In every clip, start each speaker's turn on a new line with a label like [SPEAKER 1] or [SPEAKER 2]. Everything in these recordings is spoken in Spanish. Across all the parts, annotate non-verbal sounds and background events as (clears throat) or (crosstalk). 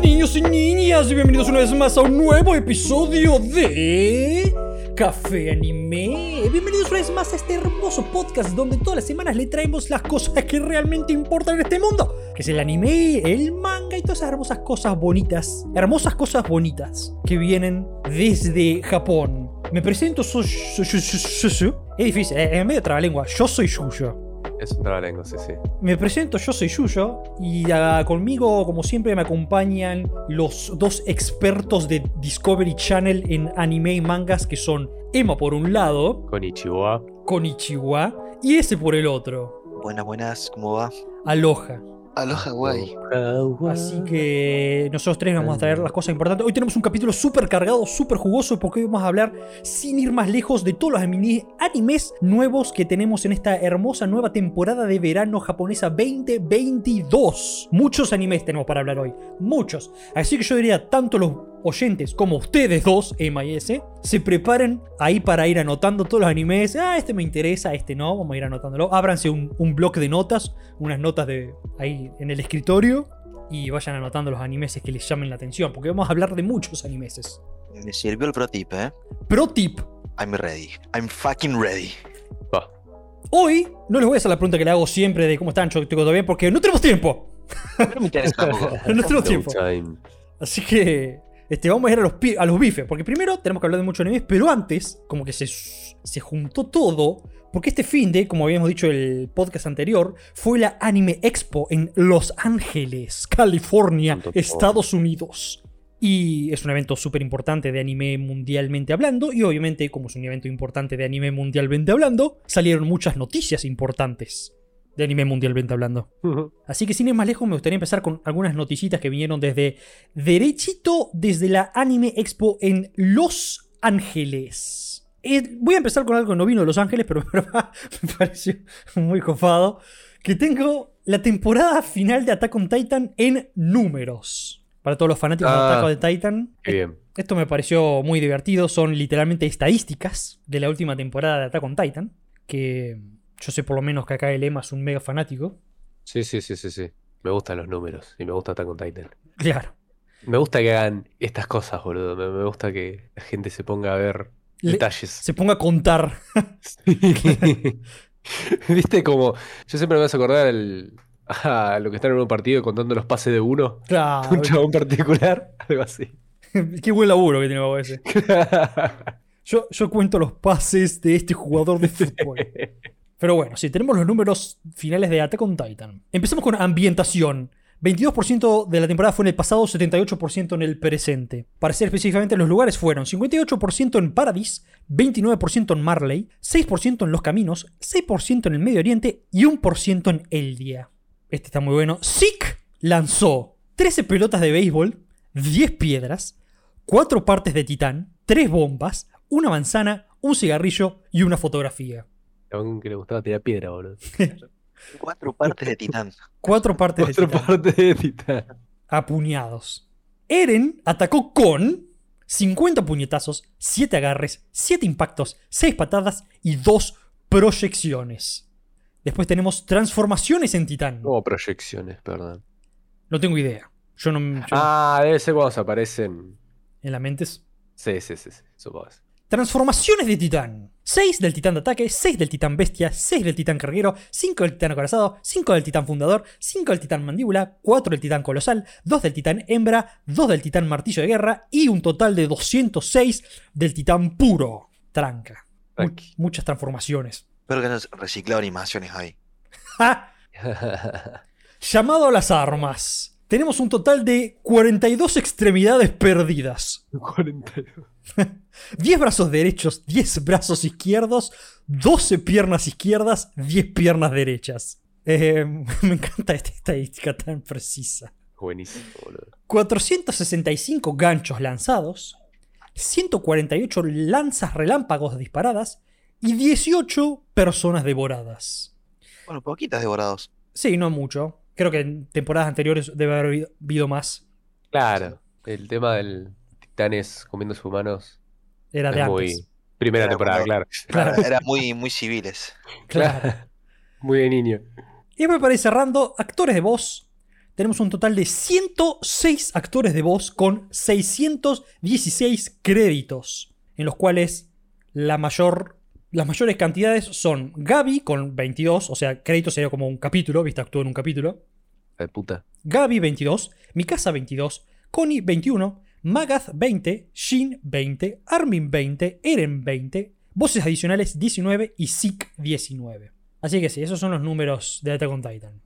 [SPEAKER 1] niños y niñas, y bienvenidos una vez más a un nuevo episodio de Café Anime. Bienvenidos una vez más a este hermoso podcast donde todas las semanas le traemos las cosas que realmente importan en este mundo, que es el anime, el manga y todas esas hermosas cosas bonitas, hermosas cosas bonitas que vienen desde Japón. Me presento, soy soy- soy- soy- soy- soy- Es difícil, es es medio trabalengua. Yo soy Yuyo.
[SPEAKER 2] Es un trabalengo, sí, sí.
[SPEAKER 1] Me presento, yo soy Yuyo y ah, conmigo, como siempre, me acompañan los dos expertos de Discovery Channel en anime y mangas que son Emma por un lado,
[SPEAKER 2] Con Ichiwa.
[SPEAKER 1] Konichiwa, y ese por el otro,
[SPEAKER 3] Buenas, buenas, ¿cómo va?
[SPEAKER 1] Aloha.
[SPEAKER 3] Aloha, guay.
[SPEAKER 1] Así que nosotros tres vamos a traer las cosas importantes. Hoy tenemos un capítulo súper cargado, súper jugoso, porque hoy vamos a hablar, sin ir más lejos, de todos los anime- animes nuevos que tenemos en esta hermosa nueva temporada de verano japonesa 2022. Muchos animes tenemos para hablar hoy, muchos. Así que yo diría, tanto los oyentes como ustedes dos, Emma y S, se preparen ahí para ir anotando todos los animes. Ah, este me interesa, este no, vamos a ir anotándolo. Ábranse un, un bloc de notas, unas notas de ahí en el escritorio y vayan anotando los animeses que les llamen la atención, porque vamos a hablar de muchos animeses.
[SPEAKER 3] Me sirvió el pro tip, ¿eh?
[SPEAKER 1] Pro tip,
[SPEAKER 3] I'm ready. I'm fucking ready.
[SPEAKER 2] Va.
[SPEAKER 1] hoy no les voy a hacer la pregunta que le hago siempre de cómo están, yo estoy todo bien, porque no tenemos tiempo.
[SPEAKER 3] No me interesa
[SPEAKER 1] (laughs)
[SPEAKER 3] tampoco.
[SPEAKER 1] No tenemos
[SPEAKER 2] No
[SPEAKER 1] tiempo.
[SPEAKER 2] time.
[SPEAKER 1] (laughs) Así que este, vamos a ir a los, pi- a los bifes, porque primero tenemos que hablar de muchos animes, pero antes, como que se, se juntó todo, porque este fin de, como habíamos dicho en el podcast anterior, fue la Anime Expo en Los Ángeles, California,
[SPEAKER 2] Punto com.
[SPEAKER 1] Estados Unidos. Y es un evento súper importante de anime mundialmente hablando, y obviamente, como es un evento importante de anime mundialmente hablando, salieron muchas noticias importantes de anime mundialmente hablando. Así que sin ir más lejos, me gustaría empezar con algunas noticitas que vinieron desde derechito desde la Anime Expo en Los Ángeles. Eh, voy a empezar con algo que no vino de Los Ángeles, pero (laughs) me pareció muy copado. Que tengo la temporada final de Attack on Titan en números. Para todos los fanáticos
[SPEAKER 2] Ah.
[SPEAKER 1] de Attack on Titan,
[SPEAKER 2] Qué bien.
[SPEAKER 1] esto me pareció muy divertido. Son literalmente estadísticas de la última temporada de Attack on Titan. Que yo sé por lo menos que acá el Ema es un mega fanático.
[SPEAKER 2] Sí, sí, sí, sí, sí. Me gustan los números y me gusta Attack on Titan.
[SPEAKER 1] Claro.
[SPEAKER 2] Me gusta que hagan estas cosas, boludo. Me, me gusta que la gente se ponga a ver
[SPEAKER 1] Le- (laughs)
[SPEAKER 2] detalles.
[SPEAKER 1] se ponga a contar.
[SPEAKER 2] (laughs) Viste como. Yo siempre me vas a acordar el- a lo que están en un partido contando los pases de uno. Un
[SPEAKER 1] Claro.
[SPEAKER 2] chabón particular. (laughs) Algo así.
[SPEAKER 1] (laughs) Qué buen laburo que tiene Babo ese. Yo, yo cuento los pases de este jugador de fútbol. Pero bueno, sí, tenemos los números finales de Attack on Titan. Empecemos con ambientación. 22% de la temporada fue en el pasado, 78% en el presente. Para ser específicamente, los lugares fueron 58% en Paradis, 29% en Marley, 6% en Los Caminos, 6% en el Medio Oriente y 1% en Eldia. Este está muy bueno. Sick lanzó 13 pelotas de béisbol, 10 piedras, 4 partes de titán, 3 bombas, una manzana, un cigarrillo y una fotografía.
[SPEAKER 2] Chabón que le gustaba tirar piedra, boludo.
[SPEAKER 3] Cuatro partes
[SPEAKER 1] (laughs)
[SPEAKER 3] de Titán.
[SPEAKER 1] 4 partes de
[SPEAKER 2] Cuatro
[SPEAKER 1] titán.
[SPEAKER 2] partes de Titán.
[SPEAKER 1] apuñados. Eren atacó con 50 puñetazos, 7 agarres, 7 impactos, 6 patadas y 2 proyecciones. Después tenemos transformaciones en titán.
[SPEAKER 2] No, proyecciones, perdón.
[SPEAKER 1] No tengo idea. Yo no. yo no-
[SPEAKER 2] Ah, debe ser cuando se aparecen.
[SPEAKER 1] En la mente es-
[SPEAKER 2] Sí, sí, sí, sí, supongo. (laughs)
[SPEAKER 1] Transformaciones de titán. 6 del titán de ataque, 6 del titán bestia, 6 del titán carguero, 5 del titán acorazado, 5 del titán fundador, 5 del titán mandíbula, 4 del titán colosal, 2 del titán hembra, 2 del titán martillo de guerra y un total de 206 del titán puro. Tranca. Mu-
[SPEAKER 2] Tranqui.
[SPEAKER 1] muchas transformaciones. (laughs)
[SPEAKER 3] Espero que hayas reciclado animaciones ahí.
[SPEAKER 1] ¡Ja! Llamado a las armas. Tenemos un total de 42 extremidades perdidas.
[SPEAKER 2] 42.
[SPEAKER 1] 10 brazos derechos, 10 brazos izquierdos, 12 piernas izquierdas, 10 piernas derechas. Eh, (laughs) me encanta esta estadística tan precisa.
[SPEAKER 2] Buenísimo, boludo.
[SPEAKER 1] 465 ganchos lanzados, 148 lanzas relámpagos disparadas y 18 personas devoradas.
[SPEAKER 3] Bueno, poquitas devorados.
[SPEAKER 1] Sí, no mucho. Creo que en temporadas anteriores debe haber habido- habido más.
[SPEAKER 2] Claro, el tema del titanes comiéndose humanos
[SPEAKER 1] Era
[SPEAKER 2] es
[SPEAKER 1] de
[SPEAKER 2] muy.
[SPEAKER 1] antes.
[SPEAKER 2] Primera
[SPEAKER 3] Era
[SPEAKER 2] temporada, claro.
[SPEAKER 1] (laughs) Claro.
[SPEAKER 2] (laughs)
[SPEAKER 3] Era muy, muy civiles.
[SPEAKER 1] Claro.
[SPEAKER 2] Muy de niño.
[SPEAKER 1] Y me parece cerrando, actores de voz. tenemos un total de 106 actores de voz con 616 créditos, en los cuales la mayor, las mayores cantidades son Gaby con 22, o sea, crédito sería como un capítulo, viste, actuó en un capítulo.
[SPEAKER 2] La de puta.
[SPEAKER 1] Gaby 22, Mikasa 22, Connie 21, Magath 20, Shin 20, Armin 20, Eren 20, voces adicionales 19 y Zeke 19. Así que sí, esos son los números de Attack on Titan.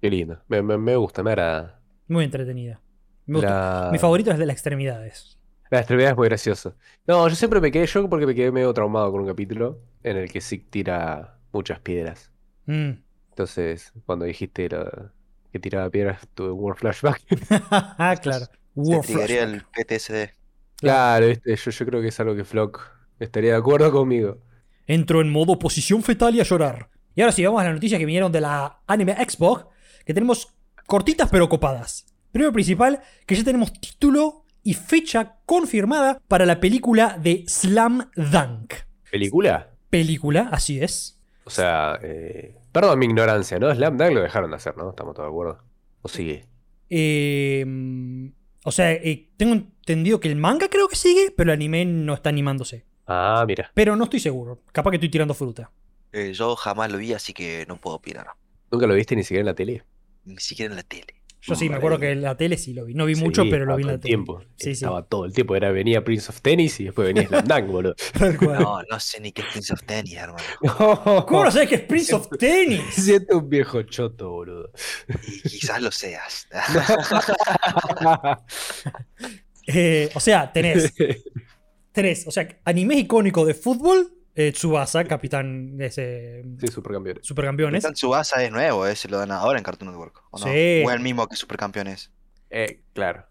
[SPEAKER 2] Qué lindo. Me, me- me gusta, me agrada.
[SPEAKER 1] Muy entretenida. Me gustó.
[SPEAKER 2] La,
[SPEAKER 1] Mi favorito es de las extremidades.
[SPEAKER 2] la extremidad es muy graciosa. No, yo siempre me quedé yo porque me quedé medio traumado con un capítulo en el que Zeke tira muchas piedras.
[SPEAKER 1] Mm. (laughs)
[SPEAKER 2] Entonces, cuando dijiste lo- que tiraba piedras, tuve un word flashback.
[SPEAKER 1] ah, claro. War
[SPEAKER 3] Te triggería
[SPEAKER 1] flashback.
[SPEAKER 3] el PTSD.
[SPEAKER 2] Claro, viste, yo, yo creo que es algo que Flock estaría de acuerdo conmigo.
[SPEAKER 1] Entró en modo posición fetal y a llorar. Y ahora sí, vamos a las noticias que vinieron de la anime Xbox, que tenemos cortitas pero copadas. Primero y principal, que ya tenemos título y fecha confirmada para la película de Slam Dunk.
[SPEAKER 2] ¿Película?
[SPEAKER 1] Película, así es.
[SPEAKER 2] O sea, eh, perdón mi ignorancia, ¿no? Slam Dunk lo dejaron de hacer, ¿no? Estamos todos de acuerdo. ¿O sigue?
[SPEAKER 1] Eh, o sea, eh, tengo entendido que el manga creo que sigue, pero el anime no está animándose.
[SPEAKER 2] Ah, mira.
[SPEAKER 1] Pero no estoy seguro. Capaz que estoy tirando fruta.
[SPEAKER 3] Eh, yo jamás lo vi, así que no puedo opinar.
[SPEAKER 2] Nunca lo viste ni siquiera en la tele.
[SPEAKER 3] Ni siquiera en la tele. Mm, eh,
[SPEAKER 1] Yo sí, me
[SPEAKER 2] Vale.
[SPEAKER 1] acuerdo que en la tele sí lo vi. No vi mucho,
[SPEAKER 2] Sí,
[SPEAKER 1] pero lo
[SPEAKER 2] estaba
[SPEAKER 1] vi en
[SPEAKER 2] todo
[SPEAKER 1] la
[SPEAKER 2] el
[SPEAKER 1] tele.
[SPEAKER 2] tiempo.
[SPEAKER 1] Sí, sí.
[SPEAKER 2] Estaba todo el tiempo. Era, venía Prince of Tennis y después venía Slam Dunk, (laughs) boludo.
[SPEAKER 1] (laughs) Tal cual. (laughs)
[SPEAKER 3] No, no sé ni qué es Prince of Tennis, hermano.
[SPEAKER 1] ¿Cómo no sabes que es Prince of Tennis?
[SPEAKER 2] (laughs) Siento un viejo choto, boludo.
[SPEAKER 3] Y quizás
[SPEAKER 1] (laughs)
[SPEAKER 3] lo seas.
[SPEAKER 1] Eh, o sea,
[SPEAKER 2] (laughs)
[SPEAKER 1] tenés tres. O sea, anime icónico de fútbol, eh, Tsubasa, capitán de ese
[SPEAKER 2] sí, supercampeón.
[SPEAKER 1] supercampeones.
[SPEAKER 3] Capitán Tsubasa es nuevo, eh, se lo dan ahora en Cartoon Network. ¿o no?
[SPEAKER 1] Sí.
[SPEAKER 3] O el mismo que Supercampeones.
[SPEAKER 2] Eh, claro.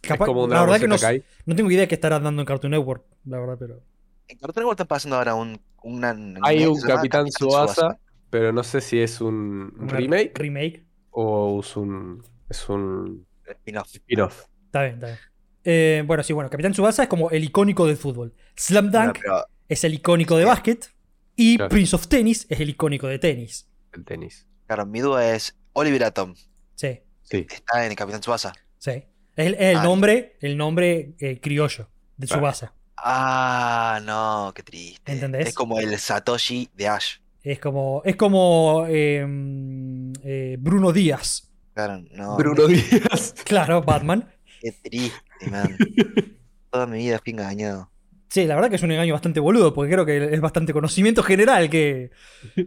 [SPEAKER 1] Capaz-
[SPEAKER 2] es como un
[SPEAKER 1] la verdad que
[SPEAKER 2] Dragon
[SPEAKER 1] no,
[SPEAKER 2] Ball Z Kai.
[SPEAKER 1] no tengo idea que estará dando en Cartoon Network, la verdad, pero.
[SPEAKER 3] En Cartoon Network están pasando ahora un. una-
[SPEAKER 2] Hay
[SPEAKER 3] una-
[SPEAKER 2] un
[SPEAKER 3] se llama
[SPEAKER 2] Capitán Tsubasa,
[SPEAKER 3] Tsubasa.
[SPEAKER 2] pero no sé si es un
[SPEAKER 1] una
[SPEAKER 2] remake
[SPEAKER 1] Remake.
[SPEAKER 2] o es un, es un
[SPEAKER 3] Spin-off.
[SPEAKER 2] spin-off.
[SPEAKER 1] Está bien, está bien. Eh, bueno, sí, bueno, Capitán Tsubasa es como el icónico del fútbol. Slam
[SPEAKER 3] Bueno,
[SPEAKER 1] Dunk
[SPEAKER 3] pero
[SPEAKER 1] es el icónico de básquet. Y
[SPEAKER 2] Claro.
[SPEAKER 1] Prince of Tennis es el icónico de tenis.
[SPEAKER 2] El tenis.
[SPEAKER 3] Claro, mi duda es, Oliver Atom
[SPEAKER 1] Sí,
[SPEAKER 2] Sí.
[SPEAKER 3] está en el Capitán Tsubasa.
[SPEAKER 1] sí. Es el, es el
[SPEAKER 3] Ah.
[SPEAKER 1] nombre, el nombre eh, criollo de
[SPEAKER 2] Claro.
[SPEAKER 1] Tsubasa.
[SPEAKER 3] Ah, no, qué triste.
[SPEAKER 1] ¿Entendés?
[SPEAKER 3] Es como el Satoshi de Ash.
[SPEAKER 1] Es como, es como eh, mm, eh, Bruno Díaz.
[SPEAKER 3] Claro, no.
[SPEAKER 2] Bruno (laughs) Díaz.
[SPEAKER 1] Claro, Batman.
[SPEAKER 3] Qué triste,
[SPEAKER 2] (laughs)
[SPEAKER 3] man. Toda mi vida fui engañado.
[SPEAKER 1] Sí, la verdad que es un engaño bastante boludo, porque creo que es bastante conocimiento general que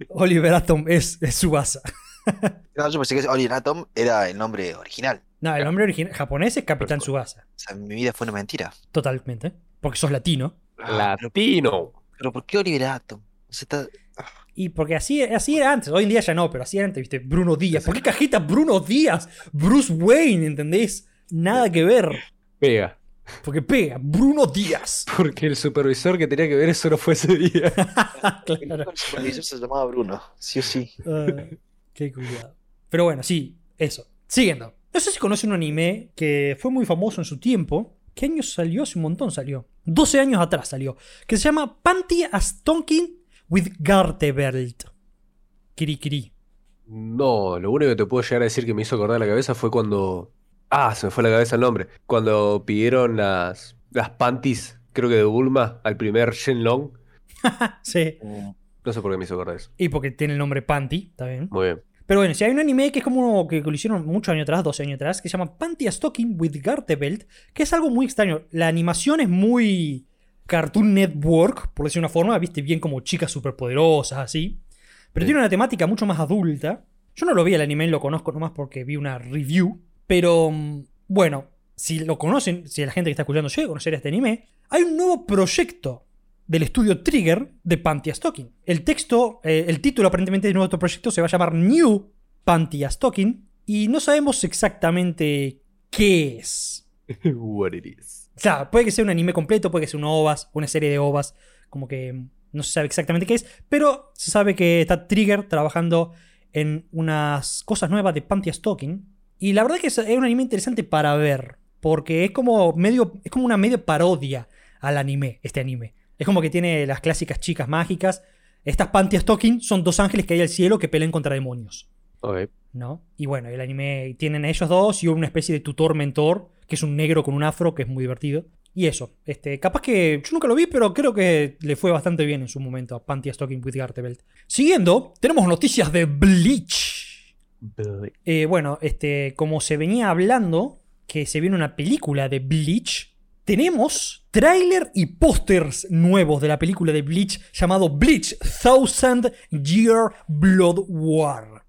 [SPEAKER 1] Oliver Atom es, es Tsubasa.
[SPEAKER 3] No, yo pensé que Oliver Atom era el nombre original.
[SPEAKER 1] No, el nombre original japonés es Capitán Tsubasa.
[SPEAKER 3] O sea, mi vida fue una mentira.
[SPEAKER 1] Totalmente. Porque sos latino.
[SPEAKER 3] Pero,
[SPEAKER 2] Latino.
[SPEAKER 3] pero ¿por qué Oliver Atom? O sea, está-
[SPEAKER 1] Y porque así, así era antes, hoy en día ya no, pero así era antes, viste, Bruno Díaz. ¿Por qué cajita Bruno Díaz? Bruce Wayne, ¿entendés? Nada que ver.
[SPEAKER 2] Pega.
[SPEAKER 1] Porque pega, Bruno
[SPEAKER 2] (laughs)
[SPEAKER 1] Díaz.
[SPEAKER 2] Porque el supervisor que tenía que ver eso no fue ese día.
[SPEAKER 1] Claro.
[SPEAKER 3] El supervisor se llamaba Bruno. Sí o sí.
[SPEAKER 1] Ah, qué cuidado. Pero bueno, sí, eso. Siguiendo. No sé si conocen un anime que fue muy famoso en su tiempo. ¿Qué año salió? Hace un montón salió. 12 años atrás salió. Que se llama Panty as Tonkin with Gartebelt. Kiri kiri.
[SPEAKER 2] No, lo único que te puedo llegar a decir que me hizo acordar la cabeza fue cuando. Ah, se me fue la cabeza el nombre. Cuando pidieron las, las panties, creo que de Bulma, al primer Shenlong.
[SPEAKER 1] Sí.
[SPEAKER 2] Mm. No sé por qué me hizo acordar eso.
[SPEAKER 1] Y porque tiene el nombre Panty, está bien.
[SPEAKER 2] Muy bien.
[SPEAKER 1] Pero bueno, si hay un anime que es como uno que lo hicieron muchos años atrás, 12 años atrás, que se llama Panty a Stocking with Garter Belt, que es algo muy extraño. La animación es muy Cartoon Network, por decir una forma, viste, bien como chicas superpoderosas, así. Pero
[SPEAKER 2] Sí.
[SPEAKER 1] tiene una temática mucho más adulta. Yo no lo vi el anime, lo conozco nomás porque vi una review. Pero mm, bueno, si lo conocen, si la gente que está escuchando llega a conocer este anime, hay un nuevo proyecto del estudio Trigger de Panty a Stocking. El texto, eh, el título aparentemente de nuestro proyecto se va a llamar New Panty a Stocking y no sabemos exactamente qué es.
[SPEAKER 2] (laughs) What it is.
[SPEAKER 1] O sea, puede que sea un anime completo, puede que sea un OVAS, una serie de OVAS, como que mm, no se sabe exactamente qué es, pero se sabe que está Trigger trabajando en unas cosas nuevas de Panty Stalking. Y la verdad que es es un anime interesante para ver, porque es como medio, es como una medio parodia al anime, este anime. Es como que tiene las clásicas chicas mágicas. Estas Panty Stalking son dos ángeles que hay al cielo que pelean contra demonios.
[SPEAKER 2] Ok.
[SPEAKER 1] ¿no? Y bueno, el anime tienen a ellos dos y una especie de tutor mentor, que es un negro con un afro, que es muy divertido. Y eso, este, capaz que yo nunca lo vi, pero creo que le fue bastante bien en su momento a Panty Stalking with Gartebelt. Siguiendo, tenemos noticias de Bleach. Eh, bueno, este, como se venía hablando, que se viene una película de Bleach, tenemos tráiler y pósters nuevos de la película de Bleach llamado Bleach Thousand Year Blood War.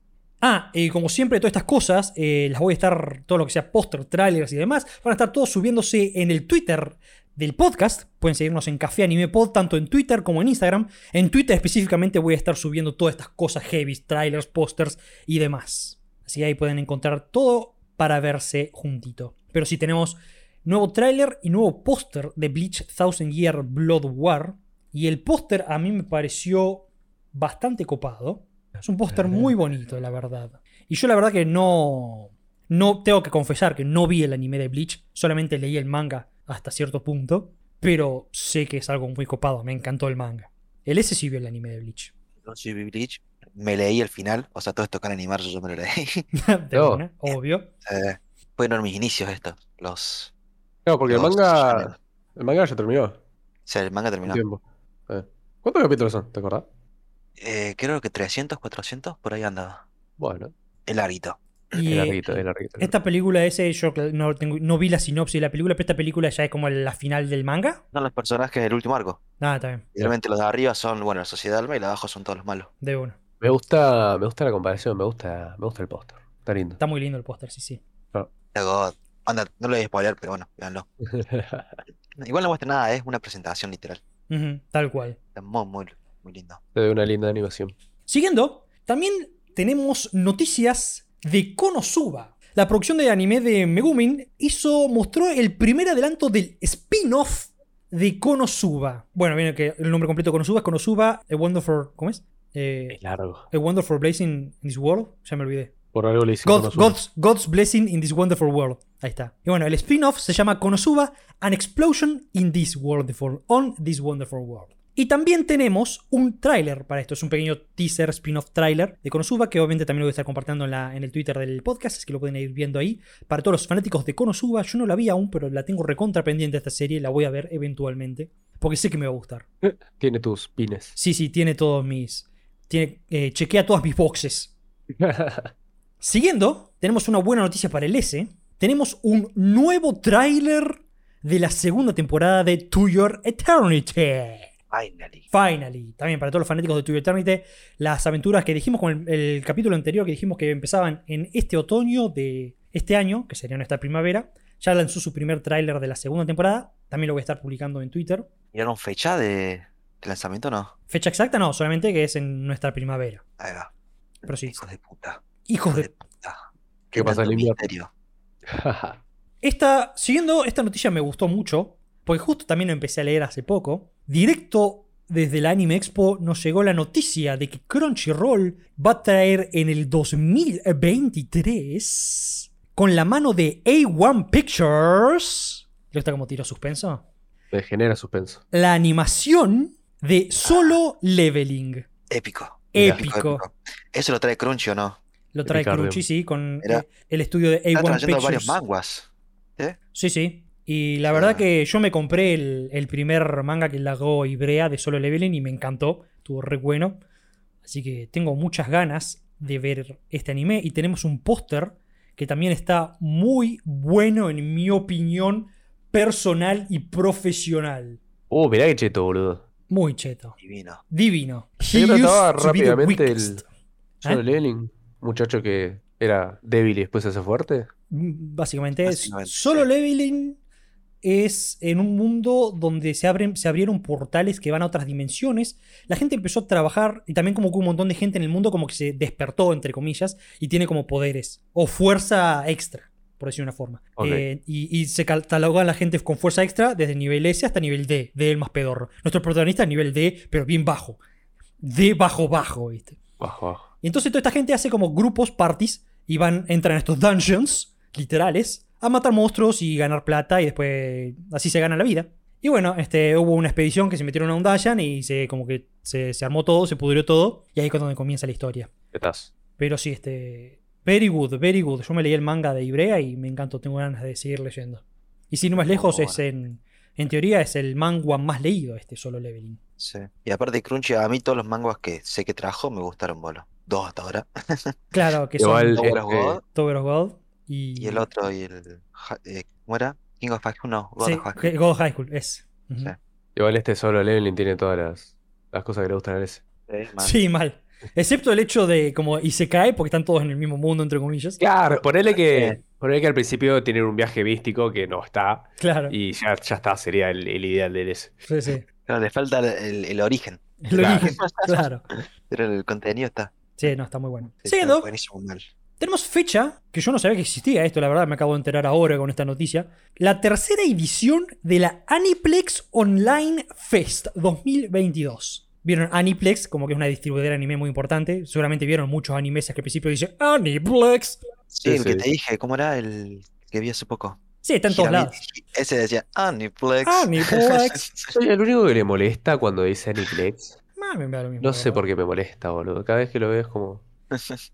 [SPEAKER 1] Ah, y como siempre, todas estas cosas, eh, las voy a estar, todo lo que sea póster, trailers y demás, van a estar todos subiéndose en el Twitter del podcast. Pueden seguirnos en Café Anime Pod, tanto en Twitter como en Instagram. En Twitter específicamente voy a estar subiendo todas estas cosas heavy, trailers, pósters y demás. Así que ahí pueden encontrar todo para verse juntito. Pero sí tenemos nuevo tráiler y nuevo póster de Bleach Thousand Year Blood War. Y el póster a mí me pareció bastante copado. Es un póster muy bonito, la verdad. Y yo la verdad que no... No tengo que confesar que no vi el anime de Bleach, solamente leí el manga hasta cierto punto, pero sé que es algo muy copado, me encantó el manga. El S sí vio el anime de Bleach. (laughs)
[SPEAKER 3] Yo sí vi Bleach, me leí el final, o sea, todo esto con animar yo me lo leí. (laughs)
[SPEAKER 1] De
[SPEAKER 2] No.
[SPEAKER 1] una, obvio.
[SPEAKER 3] Eh, fueron mis inicios estos, los...
[SPEAKER 2] No, porque el
[SPEAKER 3] los
[SPEAKER 2] manga.
[SPEAKER 3] shonen.
[SPEAKER 2] El manga ya terminó.
[SPEAKER 3] O sea, el manga terminó.
[SPEAKER 2] Un tiempo. Eh. ¿Cuántos capítulos son? ¿Te acordás?
[SPEAKER 3] Eh, creo que 300, 400, por ahí andaba.
[SPEAKER 2] Bueno,
[SPEAKER 3] El arito.
[SPEAKER 1] Y,
[SPEAKER 2] es
[SPEAKER 1] eh,
[SPEAKER 2] larguito, es larguito.
[SPEAKER 1] esta película ese, yo cl- no, tengo- no vi la sinopsis de la película, pero esta película ya es como la final del manga.
[SPEAKER 3] Son los personajes del último arco.
[SPEAKER 1] Ah, está bien,
[SPEAKER 3] Literalmente los de arriba son, bueno, la sociedad alma y los de abajo son todos los malos.
[SPEAKER 1] de una.
[SPEAKER 2] Me gusta, me gusta la comparación, me gusta, me gusta el póster. Está lindo. (laughs)
[SPEAKER 1] Está muy lindo el póster, sí, sí.
[SPEAKER 3] The God. Anda, no lo voy a spoiler, pero bueno, véanlo. Igual no muestra nada, es una presentación literal.
[SPEAKER 1] Ujú, tal cual.
[SPEAKER 3] Está muy, muy, muy lindo.
[SPEAKER 2] Se ve una linda animación.
[SPEAKER 1] Siguiendo, también tenemos noticias de Konosuba. La producción de anime de Megumin hizo, mostró el primer adelanto del spin-off de Konosuba. Bueno, viene que el nombre completo de Konosuba es Konosuba, A Wonderful... ¿Cómo es? Eh,
[SPEAKER 2] Es largo.
[SPEAKER 1] a Wonderful Blazing in This World. Ya me olvidé.
[SPEAKER 2] Por algo le hicimos
[SPEAKER 1] God-
[SPEAKER 2] Konosuba.
[SPEAKER 1] God's, God's Blessing in This Wonderful World. Ahí está. Y bueno, el spin-off se llama Konosuba, An Explosion in This Wonderful, on This Wonderful World. Y también tenemos un tráiler para esto. Es un pequeño teaser, spin-off tráiler de Konosuba, que obviamente también lo voy a estar compartiendo en, la- en el Twitter del podcast, es que lo pueden ir viendo ahí. Para todos los fanáticos de Konosuba, yo no la vi aún, pero la tengo recontra pendiente esta serie, la voy a ver eventualmente, porque sé que me va a gustar.
[SPEAKER 2] Tiene tus pines.
[SPEAKER 1] Sí, sí, tiene todos mis... Tiene, eh, chequea todas mis boxes. Siguiendo, tenemos una buena noticia para el S. Tenemos un nuevo tráiler de la segunda temporada de To Your Eternity.
[SPEAKER 3] Finally.
[SPEAKER 1] Finally, también para todos los fanáticos de To Your Eternity, las aventuras que dijimos con el, el capítulo anterior, que dijimos que empezaban en este otoño de este año, que sería nuestra primavera, ya lanzó su primer tráiler de la segunda temporada. También lo voy a estar publicando en Twitter.
[SPEAKER 3] ¿Miraron fecha de, de lanzamiento o no?
[SPEAKER 1] Fecha exacta, no, solamente que es en nuestra primavera.
[SPEAKER 3] Ahí va.
[SPEAKER 1] Pero sí,
[SPEAKER 3] Hijos de puta.
[SPEAKER 1] hijos de
[SPEAKER 3] puta.
[SPEAKER 2] ¿Qué pasa,
[SPEAKER 3] tanto
[SPEAKER 2] Limpia?
[SPEAKER 3] Ah, misterio.
[SPEAKER 1] Esta, siguiendo, esta noticia me gustó mucho, porque justo también lo empecé a leer hace poco. Directo desde la Anime Expo nos llegó la noticia de que Crunchyroll va a traer en el 2023, con la mano de A1 Pictures, ¿le gusta como tiro suspenso?
[SPEAKER 2] (laughs) Me genera suspenso.
[SPEAKER 1] La animación de Solo Leveling.
[SPEAKER 3] Épico.
[SPEAKER 2] Mirá.
[SPEAKER 1] Épico.
[SPEAKER 3] Eso lo trae Crunchy o no.
[SPEAKER 1] Lo trae
[SPEAKER 2] Ricardo.
[SPEAKER 1] Crunchy, sí, con
[SPEAKER 3] Mirá.
[SPEAKER 1] el estudio de
[SPEAKER 3] Está
[SPEAKER 1] A1
[SPEAKER 3] trayendo varios
[SPEAKER 1] Pictures.
[SPEAKER 3] manguas.
[SPEAKER 1] Sí, sí. Y la verdad
[SPEAKER 3] Ah.
[SPEAKER 1] que yo me compré el, el primer manga que largó Ibrea de Solo Leveling y me encantó. Estuvo re bueno. Así que tengo muchas ganas de ver este anime. Y tenemos un póster que también está muy bueno, en mi opinión, personal y profesional.
[SPEAKER 2] Oh, mirá que cheto, boludo.
[SPEAKER 1] Muy cheto.
[SPEAKER 3] Divino.
[SPEAKER 1] Divino.
[SPEAKER 2] Yo trataba
[SPEAKER 1] used to be the
[SPEAKER 2] rápidamente el
[SPEAKER 1] weakest.
[SPEAKER 2] Solo
[SPEAKER 1] ¿Eh?
[SPEAKER 2] Leveling, muchacho que era débil y después se hace fuerte.
[SPEAKER 1] Mm, Básicamente es.
[SPEAKER 3] Básicamente,
[SPEAKER 1] Solo
[SPEAKER 3] sí.
[SPEAKER 1] leveling es en un mundo donde se, abren, se abrieron portales que van a otras dimensiones. La gente empezó a trabajar y también como que un montón de gente en el mundo como que se despertó, entre comillas, y tiene como poderes o fuerza extra, por decir una forma.
[SPEAKER 2] Ok.
[SPEAKER 1] Eh, y, y se catalogan la gente con fuerza extra desde nivel S hasta nivel D, D el más pedorro. Nuestro protagonista es nivel D, pero bien bajo. D bajo bajo, ¿viste?
[SPEAKER 2] Bajo, bajo.
[SPEAKER 1] Y entonces toda esta gente hace como grupos, parties, y van, entran a estos dungeons, literales, a matar monstruos y ganar plata, y después así se gana la vida. Y bueno, este, hubo una expedición que se metieron a un dungeon y se como que se, se armó todo, se pudrió todo, y ahí es cuando comienza la historia.
[SPEAKER 2] Estás.
[SPEAKER 1] Pero sí, este. Very good, very good. Yo me leí el manga de Ibrea y me encantó, tengo ganas de seguir leyendo. Y si no más lejos,
[SPEAKER 3] Oh,
[SPEAKER 1] es en, en teoría es el manga más leído, este solo leveling.
[SPEAKER 3] Sí. Y aparte de Crunchy, a mí todos los manguas que sé que trajo me gustaron bolo. Dos hasta ahora.
[SPEAKER 1] Claro, que
[SPEAKER 2] Igual,
[SPEAKER 1] son
[SPEAKER 2] eh,
[SPEAKER 3] Tower of
[SPEAKER 2] eh,
[SPEAKER 3] God
[SPEAKER 1] Tower of God y.
[SPEAKER 3] y el otro y el... ja- eh, ¿Cómo era? King of High School, no, God
[SPEAKER 1] Sí,
[SPEAKER 3] of High
[SPEAKER 1] que-
[SPEAKER 3] School.
[SPEAKER 1] God of High School, es. Ujú.
[SPEAKER 3] Sí.
[SPEAKER 2] Igual este solo leveling tiene todas las, las cosas que le gustan a ese.
[SPEAKER 3] Sí, man.
[SPEAKER 1] Sí, mal. Excepto el hecho de como y se cae porque están todos en el mismo mundo, entre comillas.
[SPEAKER 2] Claro, ponele que,
[SPEAKER 3] Bien.
[SPEAKER 2] ponele que al principio tienen un viaje místico que no está
[SPEAKER 1] Claro.
[SPEAKER 2] y ya, ya está, sería el, el ideal del ese.
[SPEAKER 1] Sí, sí.
[SPEAKER 3] Claro, le falta el, el- el origen,
[SPEAKER 1] El
[SPEAKER 2] Claro.
[SPEAKER 1] origen, claro.
[SPEAKER 3] pero el contenido está,
[SPEAKER 1] Sí, no, está muy bueno.
[SPEAKER 3] está
[SPEAKER 1] Siguiendo,
[SPEAKER 3] buenísimo mal.
[SPEAKER 1] tenemos fecha, que yo no sabía que existía esto, la verdad, me acabo de enterar ahora con esta noticia. La tercera edición de la Aniplex Online Fest 2022. Vieron Aniplex, como que es una distribuidora de anime muy importante. Seguramente vieron muchos animes que al principio dicen Aniplex.
[SPEAKER 3] Sí, el que
[SPEAKER 2] sí.
[SPEAKER 3] te dije, ¿cómo era el que vi hace poco?
[SPEAKER 1] Sí, está en todos
[SPEAKER 3] Hiromi-
[SPEAKER 1] lados. Ah,
[SPEAKER 3] Ese decía Aniplex. (laughs)
[SPEAKER 1] Aniplex.
[SPEAKER 2] Soy el único que le molesta cuando dice Aniplex.
[SPEAKER 1] Mami, me da lo mismo,
[SPEAKER 2] No
[SPEAKER 1] la
[SPEAKER 2] sé
[SPEAKER 1] verdad.
[SPEAKER 2] por qué me molesta, boludo. Cada vez que lo veo es como.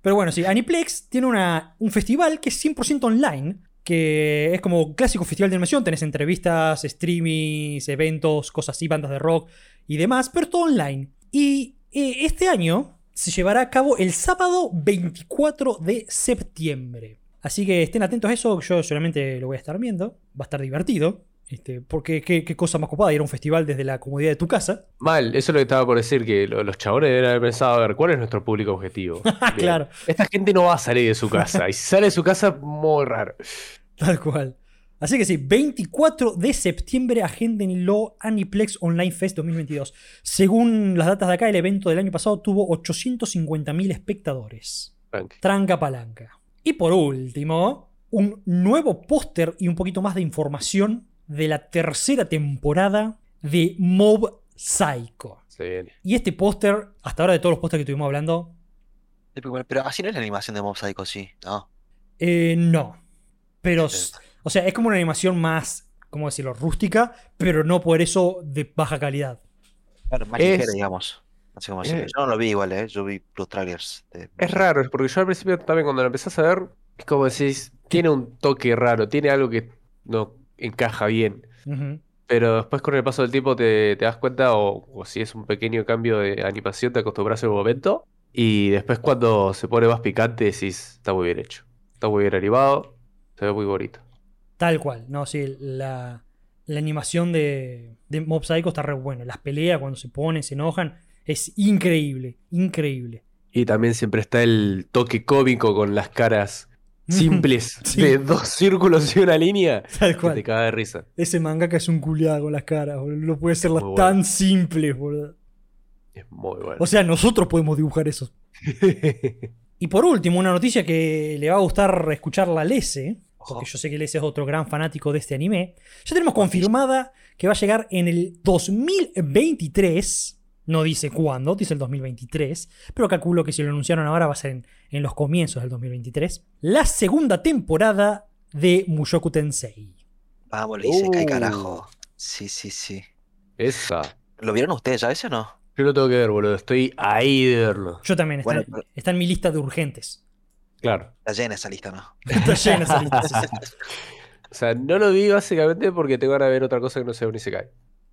[SPEAKER 1] Pero bueno, sí, Aniplex tiene una- un festival que es 100% online, que es como clásico festival de animación. Tenés entrevistas, streamings, eventos, cosas así, bandas de rock y demás, pero todo online. Y eh, este año se llevará a cabo el sábado 24 de septiembre. Así que estén atentos a eso, yo solamente lo voy a estar viendo. Va a estar divertido. Este, porque qué, qué cosa más copada ir a un festival desde la comodidad de tu casa.
[SPEAKER 2] Mal, eso es lo que estaba por decir, que lo- los chabones deben haber pensado, a ver, ¿cuál es nuestro público objetivo? Bien.
[SPEAKER 1] Claro.
[SPEAKER 2] Esta gente no va a salir de su casa. Y si sale de su casa, muy raro.
[SPEAKER 1] Tal cual. Así que sí, 24 de septiembre, agéndenlo Aniplex Online Fest 2022. Según las datas de acá, el evento del año pasado tuvo 850.000 espectadores.
[SPEAKER 2] Tranqui.
[SPEAKER 1] Tranca palanca. Y por último, un nuevo póster y un poquito más de información de la tercera temporada de Mob Psycho.
[SPEAKER 2] Se viene.
[SPEAKER 1] Y este póster, hasta ahora de todos los pósters que estuvimos hablando,
[SPEAKER 3] Pero así no es la animación de Mob Psycho, sí, no.
[SPEAKER 1] Eh, no. Pero, s-
[SPEAKER 3] Perfecto.
[SPEAKER 1] o sea, es como una animación más, ¿cómo decirlo?, rústica, pero no por eso de baja calidad.
[SPEAKER 3] Claro, más
[SPEAKER 2] Es-
[SPEAKER 3] ligera, digamos. No sé cómo
[SPEAKER 2] es-
[SPEAKER 3] decirlo. Yo no lo vi igual, ¿eh? Yo vi los trailers. de-
[SPEAKER 2] Es raro, porque yo al principio también cuando lo empezás a ver, es como decís, tiene un toque raro, tiene algo que no encaja bien.
[SPEAKER 1] Ujú.
[SPEAKER 2] Pero después con el paso del tiempo te, te das cuenta, o, o si es un pequeño cambio de animación, te acostumbras al momento. Y después cuando se pone más picante, decís, está muy bien hecho. Está muy bien animado, se ve muy bonito.
[SPEAKER 1] Tal cual, no, sí, la, la animación de, de Mob Psycho está re buena. Las peleas, cuando se ponen, se enojan, es increíble, increíble. (laughs)
[SPEAKER 2] Y también siempre está el toque cómico con
[SPEAKER 1] (laughs)
[SPEAKER 2] las caras simples
[SPEAKER 1] Sí.
[SPEAKER 2] de dos círculos y una línea.
[SPEAKER 1] Tal
[SPEAKER 2] Que te
[SPEAKER 1] cual.
[SPEAKER 2] caga de risa.
[SPEAKER 1] Ese mangaka es un culiado con las caras, boludo. No puede ser
[SPEAKER 2] Muy bueno.
[SPEAKER 1] tan simples, boludo.
[SPEAKER 2] Es muy bueno.
[SPEAKER 1] O sea, nosotros podemos dibujar eso. Y por último, una noticia que le va a gustar escucharla a Lese, porque
[SPEAKER 3] Ojo.
[SPEAKER 1] yo sé que Lese es otro gran fanático de este anime. Ya tenemos confirmada que va a llegar en el 2023. No dice cuándo, dice el 2023, pero calculo que si lo anunciaron ahora va a ser en, en los comienzos del 2023. La segunda temporada de Mushoku Tensei.
[SPEAKER 3] Vamos, le dice, cae
[SPEAKER 2] Uh.
[SPEAKER 3] carajo. Sí, sí, sí.
[SPEAKER 2] (laughs) Esa.
[SPEAKER 3] ¿Lo vieron ustedes ya ese o no?
[SPEAKER 2] Yo lo tengo que ver, boludo. Estoy ahí de verlo.
[SPEAKER 1] Yo también, está,
[SPEAKER 3] Bueno, pero-
[SPEAKER 1] está en mi lista de urgentes.
[SPEAKER 2] Claro.
[SPEAKER 3] Está llena esa lista, ¿no?
[SPEAKER 1] Está llena esa lista, sí,
[SPEAKER 3] (laughs)
[SPEAKER 1] sí.
[SPEAKER 2] O sea, no lo vi básicamente porque tengo ganas de ver otra cosa que no sea un Isekai.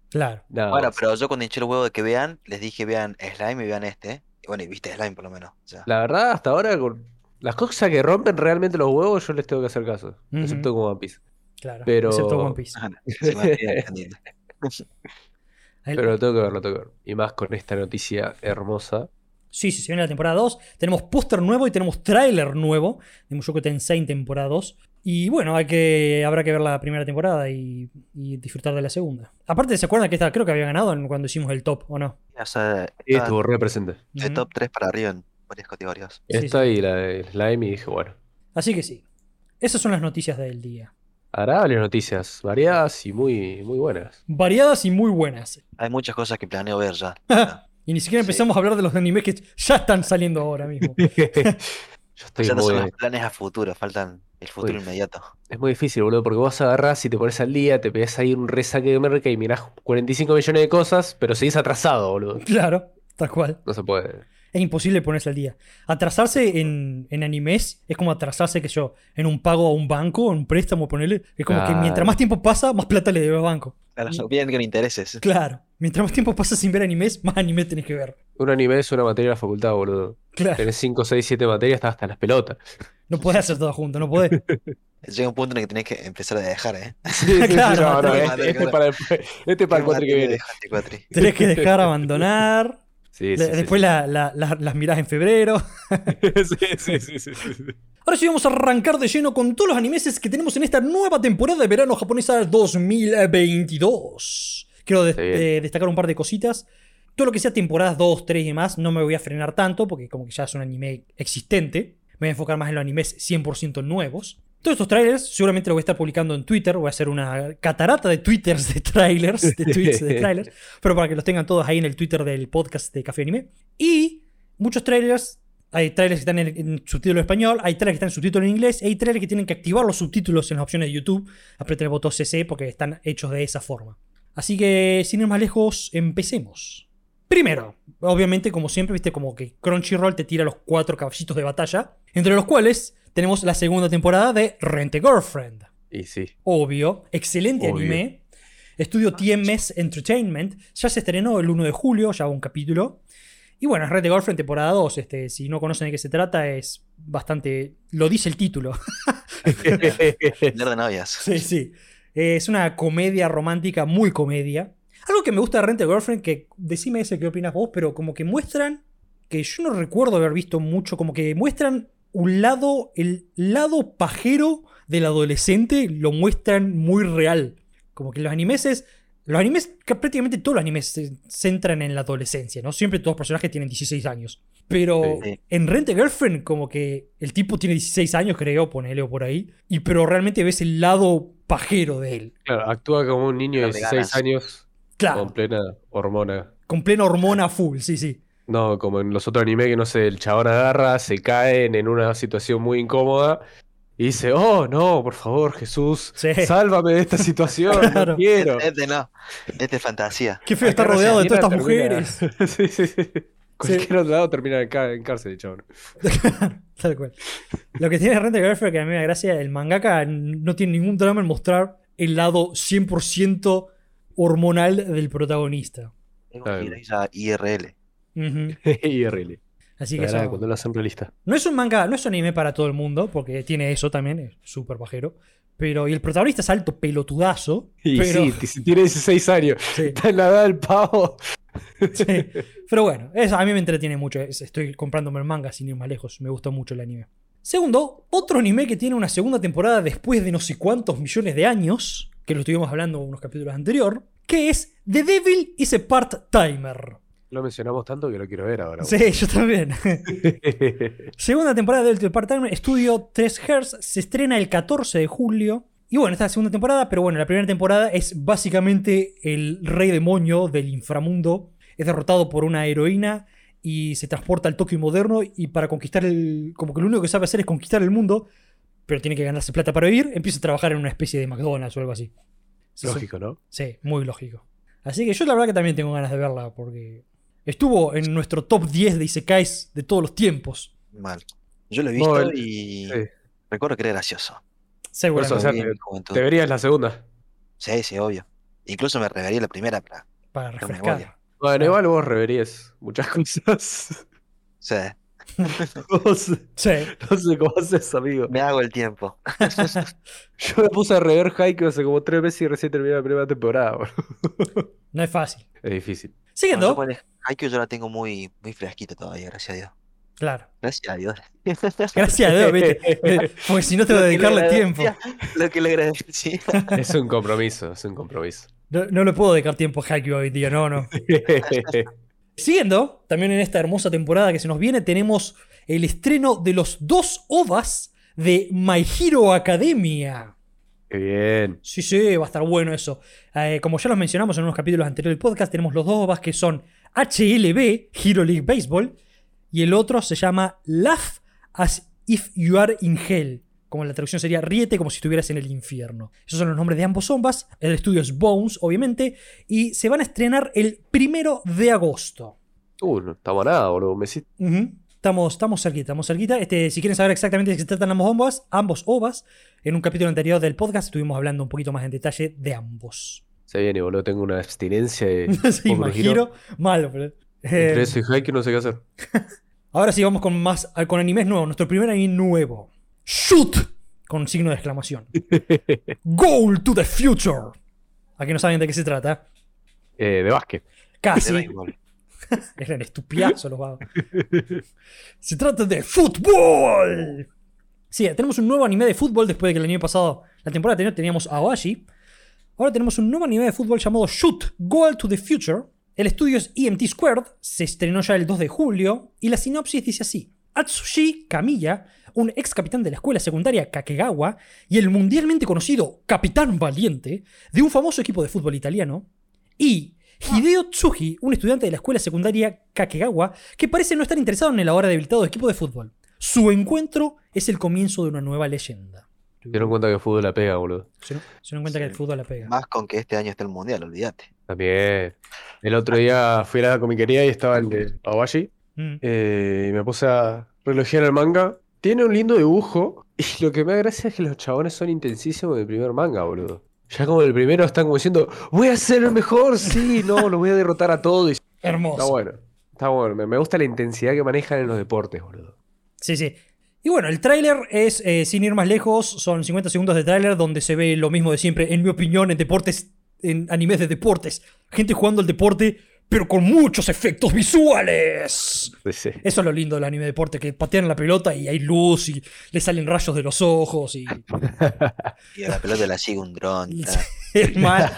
[SPEAKER 1] Claro.
[SPEAKER 2] Nada
[SPEAKER 3] Bueno,
[SPEAKER 2] más.
[SPEAKER 3] pero yo cuando hinché el huevo de que vean, les dije vean Slime y vean este. Y bueno, y viste Slime por lo menos. o sea.
[SPEAKER 2] La verdad, hasta ahora, con las cosas que rompen realmente los huevos, yo les tengo que hacer caso.
[SPEAKER 1] Ujú.
[SPEAKER 2] Excepto con One Piece.
[SPEAKER 1] Claro,
[SPEAKER 2] Pero-
[SPEAKER 1] excepto One Piece.
[SPEAKER 3] Ajá, sí, bueno, bien, entendible.
[SPEAKER 1] Ahí-
[SPEAKER 2] Pero lo tengo que ver, lo tengo que ver. Y más con esta noticia hermosa.
[SPEAKER 1] Sí, sí, se viene la temporada 2. Tenemos póster nuevo y tenemos tráiler nuevo de Mushoku Tensei en temporada 2. Y bueno, hay que, habrá que ver la primera temporada y, y disfrutar de la segunda. Aparte, ¿se acuerdan que esta creo que había ganado en- cuando hicimos el top, o no?
[SPEAKER 3] O sea,
[SPEAKER 2] Y
[SPEAKER 3] está
[SPEAKER 2] estuvo re presente.
[SPEAKER 3] de
[SPEAKER 1] Ujú.
[SPEAKER 3] top 3 para arriba en varias categorías.
[SPEAKER 1] Sí,
[SPEAKER 2] Esta y la de Slime, y dije, bueno.
[SPEAKER 1] Así que sí. Esas son las noticias del día.
[SPEAKER 2] Agradables noticias, variadas y muy, muy
[SPEAKER 1] (laughs)
[SPEAKER 2] buenas.
[SPEAKER 1] Variadas y muy buenas.
[SPEAKER 3] Hay muchas cosas que planeo
[SPEAKER 2] (laughs)
[SPEAKER 3] ver ya.
[SPEAKER 1] Y ni siquiera
[SPEAKER 3] Sí.
[SPEAKER 1] empezamos a hablar de los animes que ya están saliendo ahora mismo.
[SPEAKER 3] (laughs)
[SPEAKER 2] Yo estoy
[SPEAKER 3] Ya no
[SPEAKER 2] muy.
[SPEAKER 3] son los planes a futuro, faltan el futuro inmediato.
[SPEAKER 2] Es muy difícil, boludo, porque vos agarrás y te pones al día, te pegás ahí un resaque de merca y mirás 45 millones de cosas, pero seguís atrasado, boludo.
[SPEAKER 1] claro, tal cual.
[SPEAKER 2] No se puede.
[SPEAKER 1] es imposible ponerse al día. Atrasarse en, en animes es como atrasarse, que yo, en un pago a un banco, en un préstamo, ponerle. Es como que
[SPEAKER 2] Claro.
[SPEAKER 1] mientras más tiempo pasa, más plata le debe al banco.
[SPEAKER 3] Claro, (laughs) no piden que no intereses.
[SPEAKER 1] Claro. Mientras más tiempo pasa sin ver animes, más animes tenés que ver.
[SPEAKER 2] Un anime es una materia de la facultad, boludo.
[SPEAKER 1] Claro.
[SPEAKER 2] Tenés 5, 6, 7 materias, estás hasta las pelotas.
[SPEAKER 1] No podés hacer todo junto, no
[SPEAKER 2] (laughs)
[SPEAKER 1] podés.
[SPEAKER 3] Llega un punto en el que tenés que empezar a dejar, ¿eh?
[SPEAKER 1] (laughs)
[SPEAKER 2] Sí, sí, sí,
[SPEAKER 1] Claro,
[SPEAKER 2] no, no,
[SPEAKER 3] materia,
[SPEAKER 2] este, este
[SPEAKER 3] claro.
[SPEAKER 2] para el, este para el cuatri que viene. (laughs)
[SPEAKER 3] Dejaste, cuatri.
[SPEAKER 1] Tenés que dejar abandonar.
[SPEAKER 2] Sí, sí,
[SPEAKER 1] La-
[SPEAKER 2] sí,
[SPEAKER 1] después la- la- la- las mirás en febrero.
[SPEAKER 2] (laughs) sí. Sí, sí, sí, sí, sí.
[SPEAKER 1] Ahora sí vamos a arrancar de lleno con todos los animeses que tenemos en esta nueva temporada de verano japonesa 2022. Quiero des-
[SPEAKER 2] Está bien.
[SPEAKER 1] eh, destacar un par de cositas. Todo lo que sea temporadas 2, 3 y demás, no me voy a frenar tanto porque como que ya es un anime existente. Me voy a enfocar más en los animes 100% nuevos. Todos estos trailers seguramente los voy a estar publicando en Twitter. Voy a hacer una catarata de twitters de trailers, de tweets de trailers. Pero para que los tengan todos ahí en el Twitter del podcast de Café Anime. Y muchos trailers. Hay trailers que están en, en subtítulo en español, hay trailers que están en subtítulo en inglés, y hay trailers que tienen que activar los subtítulos en las opciones de YouTube. Aprieten el botón CC porque están hechos de esa forma. Así que, sin ir más lejos, empecemos. Primero, obviamente, como siempre, viste como que Crunchyroll te tira los cuatro caballitos de batalla, entre los cuales tenemos la segunda temporada de Rent a Girlfriend.
[SPEAKER 2] Y sí.
[SPEAKER 1] Obvio, excelente
[SPEAKER 2] Obvio.
[SPEAKER 1] anime. Estudio TMS Entertainment. Ya se estrenó el 1 de julio, ya un capítulo. Y bueno, es Red de Girlfriend temporada 2. Este, si no conocen de qué se trata, es bastante. Lo dice el título.
[SPEAKER 3] Tener de novias.
[SPEAKER 1] (laughs) Sí, sí. Eh, Es una comedia romántica, muy comedia. Algo que me gusta de Rent a Girlfriend, que decime ese qué opinas vos, pero como que muestran, que yo no recuerdo haber visto mucho, como que muestran un lado, el lado pajero del adolescente, lo muestran muy real. Como que los animes es- los animes, que prácticamente todos los animes se centran en la adolescencia, ¿no? Siempre todos los personajes tienen 16 años. Pero
[SPEAKER 3] Sí.
[SPEAKER 1] en Rent a Girlfriend, como que el tipo tiene 16 años, creo, ponele o por ahí. Y pero realmente ves el lado pajero de él.
[SPEAKER 2] Claro, actúa como un niño de
[SPEAKER 3] Pero de
[SPEAKER 2] 16
[SPEAKER 3] ganas.
[SPEAKER 2] años
[SPEAKER 1] Claro,
[SPEAKER 2] con plena hormona.
[SPEAKER 1] con plena hormona full, sí, sí.
[SPEAKER 2] No, como en los otros animes que no sé, el chabón agarra, se caen en una situación muy incómoda y dice, oh no, por favor, Jesús,
[SPEAKER 1] Sí.
[SPEAKER 2] sálvame de esta situación,
[SPEAKER 1] Claro.
[SPEAKER 2] no quiero.
[SPEAKER 3] Este no. Este es fantasía.
[SPEAKER 1] Qué feo estar
[SPEAKER 2] Acá
[SPEAKER 1] rodeado de todas estas
[SPEAKER 2] Argentina
[SPEAKER 1] mujeres. (laughs)
[SPEAKER 2] termina- (laughs) sí, sí, sí. Cualquier otro lado termina en, ca- en cárcel, el chabón. (laughs)
[SPEAKER 1] Tal cual. Lo que tiene Rent a Girlfriend, que a mí me da gracia, el mangaka no tiene ningún drama en mostrar el lado 100% hormonal del protagonista.
[SPEAKER 3] Es
[SPEAKER 2] Está
[SPEAKER 3] una
[SPEAKER 2] bien.
[SPEAKER 3] gira IRL.
[SPEAKER 1] Ujú.
[SPEAKER 2] y really.
[SPEAKER 1] Así que
[SPEAKER 2] La verdad,
[SPEAKER 1] eso-
[SPEAKER 2] cuando lo hacen realista.
[SPEAKER 1] No es un manga, no es un anime para todo el mundo, porque tiene eso también, es súper pajero. Pero, y el protagonista es alto pelotudazo.
[SPEAKER 2] (laughs) Y
[SPEAKER 1] pero,
[SPEAKER 2] sí, t- si tiene 16 años,
[SPEAKER 1] (laughs) sí,
[SPEAKER 2] está en la edad del pavo.
[SPEAKER 1] (laughs) sí. Pero bueno, es- a mí me entretiene mucho. es- estoy comprándome el manga sin ir más lejos. Me gusta mucho el anime. Segundo, otro anime que tiene una segunda temporada después de no sé cuántos millones de años, que lo estuvimos hablando en unos capítulos anterior, que es The Devil is a Part-Timer.
[SPEAKER 2] Lo mencionamos tanto que lo quiero ver ahora.
[SPEAKER 1] Sí, yo también.
[SPEAKER 2] (laughs) boludo.
[SPEAKER 1] Segunda temporada de Ultimate Part-Time Studio 3 Hz se estrena el 14 de julio. Y bueno, esta es la segunda temporada, pero bueno, la primera temporada es básicamente el rey demonio del inframundo. Es derrotado por una heroína y se transporta al Tokio moderno y para conquistar el... como que lo único que sabe hacer es conquistar el mundo, pero tiene que ganarse plata para vivir, empieza a trabajar en una especie de McDonald's o algo así. Se-
[SPEAKER 2] Lógico, ¿no?
[SPEAKER 1] Sí, muy lógico. Así que yo la verdad que también tengo ganas de verla porque estuvo en nuestro top 10 de Isekais de todos los tiempos.
[SPEAKER 3] Mal. Yo lo he
[SPEAKER 2] No,
[SPEAKER 3] visto
[SPEAKER 2] el-
[SPEAKER 3] y
[SPEAKER 2] sí.
[SPEAKER 3] recuerdo que era gracioso.
[SPEAKER 2] Por
[SPEAKER 1] Seguramente.
[SPEAKER 2] eso, o sea,
[SPEAKER 3] Lo vi en
[SPEAKER 2] te-
[SPEAKER 3] mi juventud.
[SPEAKER 2] Te verías la segunda.
[SPEAKER 3] Sí, sí, obvio. Incluso me revería la primera, pero. O
[SPEAKER 1] para
[SPEAKER 3] Con
[SPEAKER 1] refrescar.
[SPEAKER 3] memoria.
[SPEAKER 2] Bueno,
[SPEAKER 1] Ah.
[SPEAKER 2] igual vos reverías muchas (laughs) cosas.
[SPEAKER 3] sea,
[SPEAKER 2] Vos,
[SPEAKER 1] Sí.
[SPEAKER 2] no sé cómo haces, amigo.
[SPEAKER 3] me hago el tiempo. (laughs)
[SPEAKER 2] Yo me puse a rever Haikyuu hace como tres meses y recién terminé la primera temporada. boludo.
[SPEAKER 1] No es fácil.
[SPEAKER 2] Es difícil.
[SPEAKER 1] Siguiendo.
[SPEAKER 3] Bueno, yo con el Haikyuu yo la tengo muy, muy fresquita todavía, gracias a Dios.
[SPEAKER 1] Claro.
[SPEAKER 3] Gracias a Dios. (laughs)
[SPEAKER 1] Gracias a Dios, viste. Porque si no te voy a
[SPEAKER 3] Lo que le
[SPEAKER 1] dedicarle tiempo.
[SPEAKER 3] agradecía- Lo que le
[SPEAKER 2] (laughs)
[SPEAKER 3] agradecía.
[SPEAKER 2] Es un compromiso, es un (laughs) compromiso.
[SPEAKER 1] No, no le puedo dedicar tiempo a Haikyuu hoy día, no,
[SPEAKER 3] (laughs)
[SPEAKER 1] no. Siguiendo, también en esta hermosa temporada que se nos viene, tenemos el estreno de los dos OVAs de My Hero Academia.
[SPEAKER 2] Qué bien.
[SPEAKER 1] Sí, sí, va a estar bueno eso. Eh, como ya los mencionamos en unos capítulos anteriores del podcast, tenemos los dos OVAs que son HLB, Hero League Baseball, y el otro se llama Laugh as if you are in hell. Como la traducción sería Ríete como si estuvieras en el infierno. Esos son los nombres de ambos OVAs. El estudio es Bones, obviamente, y se van a estrenar el primero de agosto.
[SPEAKER 2] Uh, no estaba nada, boludo. Me hiciste-
[SPEAKER 1] Ujú. Estamos, estamos cerquita, estamos cerquita. Este, si quieren saber exactamente de qué se tratan ambos ovas, ambos ovas, en un capítulo anterior del podcast estuvimos hablando un poquito más en detalle de ambos.
[SPEAKER 2] Se viene, boludo. Tengo una abstinencia de.
[SPEAKER 1] (laughs) Sí,
[SPEAKER 2] Hombre,
[SPEAKER 1] imagino. Malo, pero. eh,
[SPEAKER 2] Entre eso y Haikyuu no sé qué hacer.
[SPEAKER 1] ahora sí vamos con más con animes nuevos. Nuestro primer anime nuevo. ¡Shoot! Con signo de exclamación. Goal to the future. A que no saben de qué se trata.
[SPEAKER 2] Eh, de básquet.
[SPEAKER 3] de
[SPEAKER 1] Casi.
[SPEAKER 3] béisbol.
[SPEAKER 1] (laughs) Eran estupiazos los vagos. Se trata de fútbol. Sí, tenemos un nuevo anime de fútbol después de que el anime pasado, la temporada anterior, teníamos Awashi. Ahora tenemos un nuevo anime de fútbol llamado Shoot Goal to the Future. El estudio es EMT Squared, se estrenó ya el 2 de julio y la sinopsis dice así. Atsushi Kamiya, un ex capitán de la escuela secundaria Kakegawa y el mundialmente conocido Capitán Valiente de un famoso equipo de fútbol italiano, y Ah. Hideo Tsuji, un estudiante de la escuela secundaria Kakegawa, que parece no estar interesado en el ahora debilitado equipo de fútbol. Su encuentro es el comienzo de una nueva leyenda.
[SPEAKER 2] Se dieron cuenta que el fútbol la pega, boludo.
[SPEAKER 1] Se no, se no cuenta que el fútbol la pega.
[SPEAKER 3] Más con que este año está el mundial, olvídate.
[SPEAKER 2] También. El otro día fui a la comiquería y estaba el de Awashi.
[SPEAKER 1] Mm.
[SPEAKER 2] Eh, y me puse a relojear el manga. Tiene un lindo dibujo. (laughs) Y lo que me da gracia es que los chabones son intensísimos del primer manga, boludo. Ya como el primero están como diciendo, voy a ser el mejor, sí, no, lo voy a derrotar a todos. Y- Está
[SPEAKER 1] Hermoso.
[SPEAKER 2] bueno. Está bueno. Me, me gusta la intensidad que manejan en los deportes, boludo.
[SPEAKER 1] Sí, sí. Y bueno, el tráiler es, eh, sin ir más lejos, son 50 segundos de tráiler donde se ve lo mismo de siempre, en mi opinión, en deportes, en animes de deportes. Gente jugando el deporte, pero con muchos efectos visuales.
[SPEAKER 2] Sí, sí.
[SPEAKER 1] Eso es lo lindo del anime de deporte, que patean la pelota y hay luz y le salen rayos de los ojos y
[SPEAKER 3] Y a la pelota la sigue un dron.
[SPEAKER 2] (laughs)
[SPEAKER 1] y-
[SPEAKER 3] ta.
[SPEAKER 1] (laughs) es mal.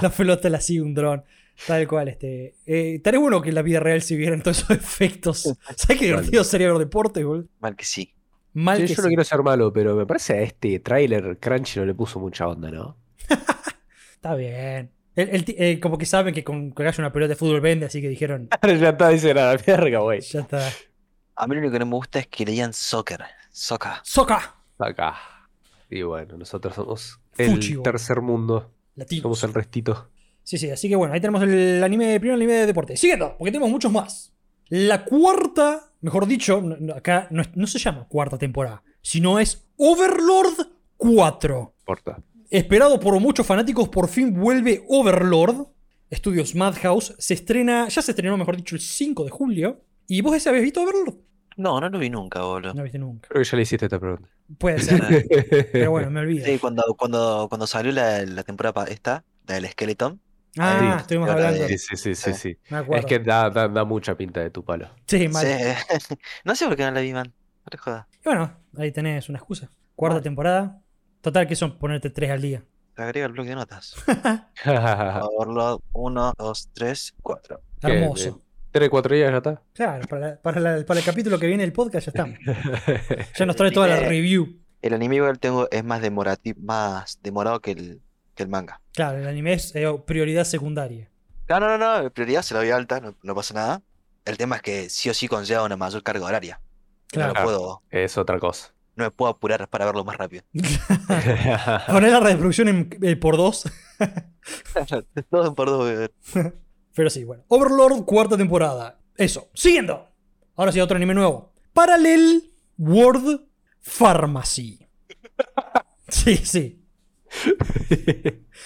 [SPEAKER 1] La pelota la sigue un dron. Tal cual, este. Eh, estaría bueno que en la vida real se vieran todos esos
[SPEAKER 2] (laughs)
[SPEAKER 1] efectos. ¿Sabes qué divertido sería ver deporte, boludo?
[SPEAKER 3] Mal que sí.
[SPEAKER 1] Mal
[SPEAKER 2] Sí,
[SPEAKER 1] que
[SPEAKER 2] yo
[SPEAKER 1] sí.
[SPEAKER 2] no quiero ser malo, pero me parece a este tráiler Crunchy no le puso mucha onda, ¿no?
[SPEAKER 1] Está bien. El- el ti- eh, como que saben que con que haya una pelota de fútbol vende, así que dijeron,
[SPEAKER 2] (laughs) ya está, dice nada, verga, güey.
[SPEAKER 1] ya está.
[SPEAKER 3] A mí lo único que no me gusta es que le digan soccer. Soca.
[SPEAKER 1] ¡Soca!
[SPEAKER 2] Acá. Y bueno, nosotros somos el
[SPEAKER 1] Fuchigo.
[SPEAKER 2] tercer mundo.
[SPEAKER 1] Latino.
[SPEAKER 2] Somos el restito.
[SPEAKER 1] Sí, sí, así que bueno, ahí tenemos el anime, el primer anime de deporte. Siguiendo, porque tenemos muchos más. La cuarta, mejor dicho, no- no- acá no, es- no se llama cuarta temporada, sino es Overlord 4.
[SPEAKER 2] Porta.
[SPEAKER 1] Esperado por muchos fanáticos, por fin vuelve Overlord. Estudios Madhouse se estrena, ya se estrenó, mejor dicho, el 5 de julio. ¿Y vos ese habéis visto Overlord?
[SPEAKER 3] No, no lo vi nunca, boludo.
[SPEAKER 1] No viste nunca.
[SPEAKER 2] Creo que ya le hiciste esta pregunta.
[SPEAKER 1] Puede
[SPEAKER 2] (laughs)
[SPEAKER 1] ser, pero bueno, me olvido.
[SPEAKER 3] Sí, cuando, cuando, cuando salió la, la temporada pa- esta, la del Skeleton,
[SPEAKER 1] Ah,
[SPEAKER 2] sí.
[SPEAKER 1] estuvimos
[SPEAKER 3] Ahora
[SPEAKER 1] hablando.
[SPEAKER 2] Sí, sí, sí, sí, sí.
[SPEAKER 1] Me acuerdo.
[SPEAKER 2] Es que da, da, da mucha pinta de tu palo. (laughs)
[SPEAKER 1] Sí, mal.
[SPEAKER 3] Sí. (laughs) no sé por qué no la vi, man. No te jodas.
[SPEAKER 1] Y bueno, ahí tenés una excusa. Cuarta temporada. Total, que son ponerte tres al día.
[SPEAKER 3] Te agrega el bloque de notas. Overlord 1, 2, 3, 4.
[SPEAKER 2] Qué
[SPEAKER 1] Hermoso.
[SPEAKER 2] bien. Tres, cuatro días ya está.
[SPEAKER 1] Claro, para, para la- para el capítulo que viene del podcast ya
[SPEAKER 2] (laughs)
[SPEAKER 1] estamos. Ya nos trae toda la review.
[SPEAKER 3] El anime igual tengo es más, demorati- más demorado que el, que el manga.
[SPEAKER 1] Claro, el anime es eh, prioridad secundaria.
[SPEAKER 3] No, no, no, no. Prioridad se la doy alta, no, no pasa nada. El tema es que sí o sí conlleva una mayor carga horaria. No
[SPEAKER 1] Claro.
[SPEAKER 2] Ah.
[SPEAKER 3] lo puedo,
[SPEAKER 2] Es otra (laughs) cosa.
[SPEAKER 3] no me puedo apurar para verlo más rápido. (laughs)
[SPEAKER 2] Ah,
[SPEAKER 1] Poner la reproducción en- eh, por dos.
[SPEAKER 3] Dos por dos, eh,
[SPEAKER 1] Pero sí, bueno. Overlord, cuarta temporada. Eso. Siguiendo. Ahora sí, otro anime nuevo. Parallel World Pharmacy. Sí, sí. (laughs)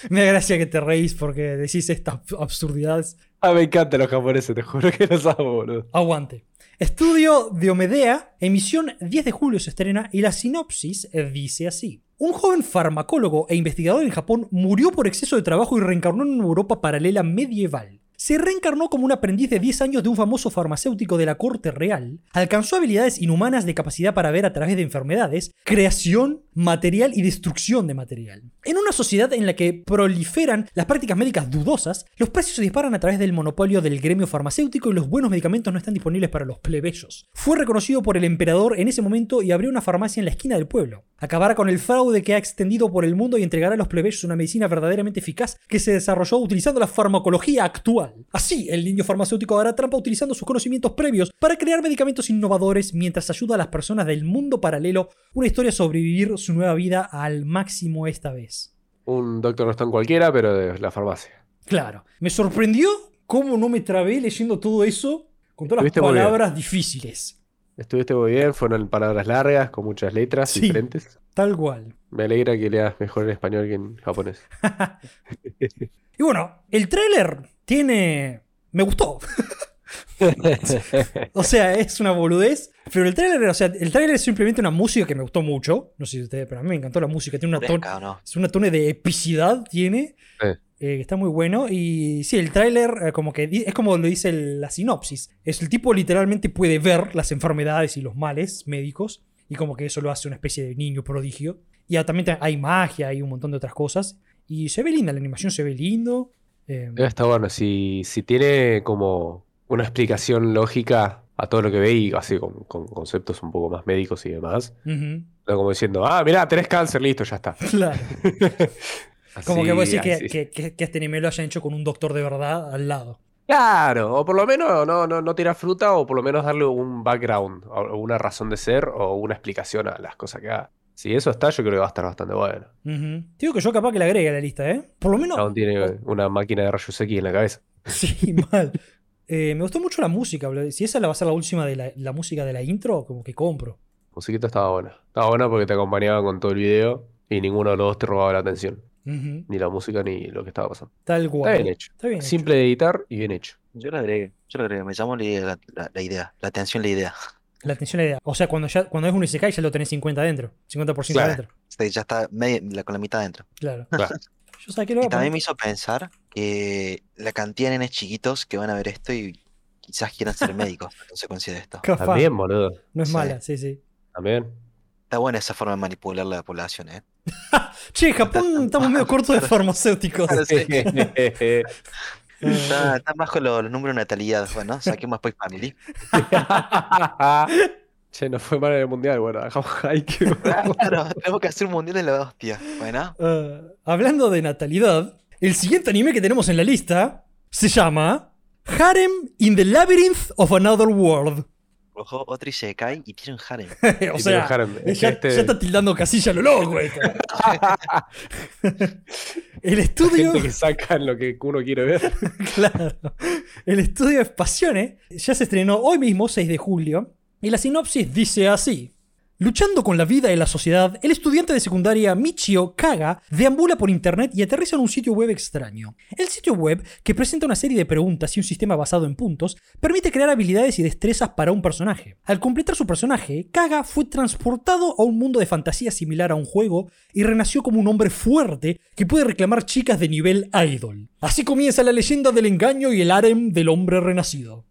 [SPEAKER 1] Me da gracia que te reís porque decís estas absurdidades.
[SPEAKER 2] ah, me encantan los japoneses, te juro que los amo, boludo.
[SPEAKER 1] Aguante. Estudio Diomedea, emisión 10 de julio se estrena y la sinopsis eh, dice así. Un joven farmacólogo e investigador en Japón murió por exceso de trabajo y reencarnó en una Europa paralela medieval. Se reencarnó como un aprendiz de 10 años de un famoso farmacéutico de la corte real, alcanzó habilidades inhumanas de capacidad para ver a través de enfermedades, creación, material y destrucción de material. En una sociedad en la que proliferan las prácticas médicas dudosas, los precios se disparan a través del monopolio del gremio farmacéutico y los buenos medicamentos no están disponibles para los plebeyos. Fue reconocido por el emperador en ese momento y abrió una farmacia en la esquina del pueblo. Acabará con el fraude que ha extendido por el mundo y entregará a los plebeyos una medicina verdaderamente eficaz que se desarrolló utilizando la farmacología actual. Así, el niño farmacéutico hará trampa utilizando sus conocimientos previos para crear medicamentos innovadores mientras ayuda a las personas del mundo paralelo una historia a sobrevivir su nueva vida al máximo esta vez.
[SPEAKER 2] Un Doctor Stone cualquiera, pero de la farmacia.
[SPEAKER 1] Claro. Me sorprendió cómo no me trabé leyendo todo eso con todas las
[SPEAKER 2] Estuviste muy bien.
[SPEAKER 1] palabras difíciles.
[SPEAKER 2] Estuviste muy bien, fueron palabras largas, con muchas letras
[SPEAKER 1] Sí.
[SPEAKER 2] diferentes.
[SPEAKER 1] Tal cual.
[SPEAKER 2] Me alegra que leas mejor en español que en (laughs) japonés.
[SPEAKER 1] Y bueno, el tráiler tiene... Me gustó. (laughs) o sea, es una boludez. Pero el tráiler, o sea, el tráiler es simplemente una música que me gustó mucho. No sé si ustedes, pero a mí me encantó la música. Tiene una, ton-
[SPEAKER 3] Fresca, ¿o no?
[SPEAKER 1] Es una tone de epicidad, tiene.
[SPEAKER 2] Sí.
[SPEAKER 1] eh, está muy bueno. Y sí, el tráiler, eh, como que di- es como lo dice el- la sinopsis. Es el tipo literalmente puede ver las enfermedades y los males médicos. Y como que eso lo hace una especie de niño prodigio. Y ah, también te- hay magia, hay un montón de otras cosas. Y se ve linda, la animación se ve lindo. eh,
[SPEAKER 2] Eh, Está bueno, si, si tiene como una explicación lógica a todo lo que ve y así con, con conceptos un poco más médicos y demás,
[SPEAKER 1] ujú, (laughs)
[SPEAKER 2] no como diciendo, ah, mirá, tenés cáncer, listo, ya está.
[SPEAKER 1] Claro. Como que voy
[SPEAKER 2] Así,
[SPEAKER 1] a decir que,
[SPEAKER 2] así.
[SPEAKER 1] que, que- que este anime lo hayan hecho con un doctor de verdad al lado.
[SPEAKER 2] Claro, o por lo menos no, no, no tirar fruta, o por lo menos darle un background, o una razón de ser, o una explicación a las cosas que haga. Si eso está, yo creo que va a estar bastante bueno.
[SPEAKER 1] Ujú. Te Digo que yo capaz que la agregue a la lista, ¿eh? Por lo menos.
[SPEAKER 2] Aún tiene una máquina de rayos X en la cabeza.
[SPEAKER 1] Sí, mal. Eh, me gustó mucho la música. boludo. Si esa la va a ser la última de la, la música de la intro, como que compro.
[SPEAKER 2] Musiquita estaba buena. Estaba buena porque te acompañaba con todo el video y ninguno de los dos te robaba la atención.
[SPEAKER 1] Ujú.
[SPEAKER 2] Ni la música ni lo que estaba pasando.
[SPEAKER 1] Tal cual.
[SPEAKER 2] Está bien hecho.
[SPEAKER 1] Está bien hecho.
[SPEAKER 2] Simple de editar y bien hecho.
[SPEAKER 3] Yo lo agregué, yo lo agregué. Me llamó la idea, la, la- la idea, la atención, la idea. (laughs)
[SPEAKER 1] La atención a la idea. O sea, cuando, ya, cuando es un Isekai ya lo tenés 50 adentro. 50%
[SPEAKER 2] Claro.
[SPEAKER 1] adentro.
[SPEAKER 3] Este, ya está media- la- con la mitad adentro.
[SPEAKER 1] Claro.
[SPEAKER 2] Claro.
[SPEAKER 1] (laughs) Yo sabía que lo
[SPEAKER 3] Y
[SPEAKER 1] voy a
[SPEAKER 3] también
[SPEAKER 1] poner.
[SPEAKER 3] me hizo pensar que la cantidad de nenes chiquitos que van a ver esto y quizás quieran
[SPEAKER 2] (laughs)
[SPEAKER 3] ser médicos a consecuencia de esto.
[SPEAKER 1] Capaz.
[SPEAKER 2] También, boludo.
[SPEAKER 1] No es
[SPEAKER 3] Sí.
[SPEAKER 1] mala, sí, sí.
[SPEAKER 2] También.
[SPEAKER 3] Está buena esa forma de manipular la población, ¿eh?
[SPEAKER 1] Che, Japón, estamos medio cortos de farmacéuticos. (laughs)
[SPEAKER 2] Eh.
[SPEAKER 3] Está, están bajo los, los números de natalidad. Bueno, saquemos Spy
[SPEAKER 2] (laughs)
[SPEAKER 3] Family.
[SPEAKER 2] (laughs) che, no fue mal en el mundial, bueno. Hay
[SPEAKER 1] (laughs)
[SPEAKER 2] que... (laughs)
[SPEAKER 3] Claro, tenemos que hacer un mundial de la hostia. Bueno,
[SPEAKER 1] Ah, hablando de natalidad, el siguiente anime que tenemos en la lista se llama Harem in the Labyrinth of Another World. (laughs)
[SPEAKER 3] ojo, otro y se cae y tiene un
[SPEAKER 2] (laughs)
[SPEAKER 3] harem.
[SPEAKER 1] o sea, Eh, Ya,
[SPEAKER 2] este
[SPEAKER 1] ya está tildando casilla lo loco
[SPEAKER 2] (laughs)
[SPEAKER 1] esto. El estudio,
[SPEAKER 2] gente que sacan lo que uno quiere ver. (laughs)
[SPEAKER 1] (laughs) claro, el estudio es Pasiones ya se estrenó hoy mismo, 6 de julio, y la sinopsis dice así. Luchando con la vida y la sociedad, el estudiante de secundaria Michio Kaga deambula por internet y aterriza en un sitio web extraño. El sitio web, que presenta una serie de preguntas y un sistema basado en puntos, permite crear habilidades y destrezas para un personaje. Al completar su personaje, Kaga fue transportado a un mundo de fantasía similar a un juego y renació como un hombre fuerte que puede reclamar chicas de nivel idol. Así comienza la leyenda del engaño y el harem del hombre renacido.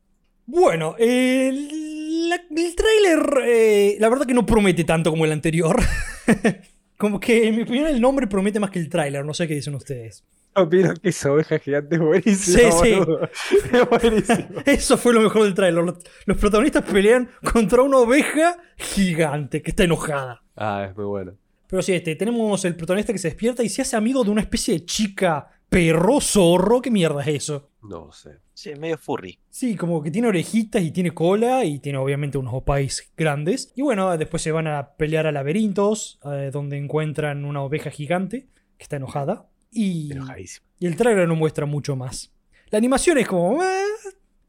[SPEAKER 1] Bueno, el, la- el tráiler, eh, la verdad que no promete tanto como el anterior. (laughs) como que, en mi opinión, el nombre promete más que el tráiler. No sé qué dicen ustedes.
[SPEAKER 2] Opino que esa oveja gigante es buenísima.
[SPEAKER 1] Sí, sí.
[SPEAKER 2] boludo. (laughs) Es buenísimo.
[SPEAKER 1] Eso fue lo mejor del tráiler. Los, los protagonistas pelean contra una oveja gigante que está enojada.
[SPEAKER 2] Ah, es muy bueno.
[SPEAKER 1] Pero sí, este, tenemos el protagonista que se despierta y se hace amigo de una especie de chica perro zorro. ¿Qué mierda es eso?
[SPEAKER 2] No sé.
[SPEAKER 3] Sí, es medio furry.
[SPEAKER 1] Sí, como que tiene orejitas y tiene cola y tiene obviamente unos opais grandes. Y bueno, después se van a pelear a laberintos, eh, donde encuentran una oveja gigante que está enojada. Y,
[SPEAKER 2] Enojadísimo.
[SPEAKER 1] y el tráiler no muestra mucho más. La animación es como eh,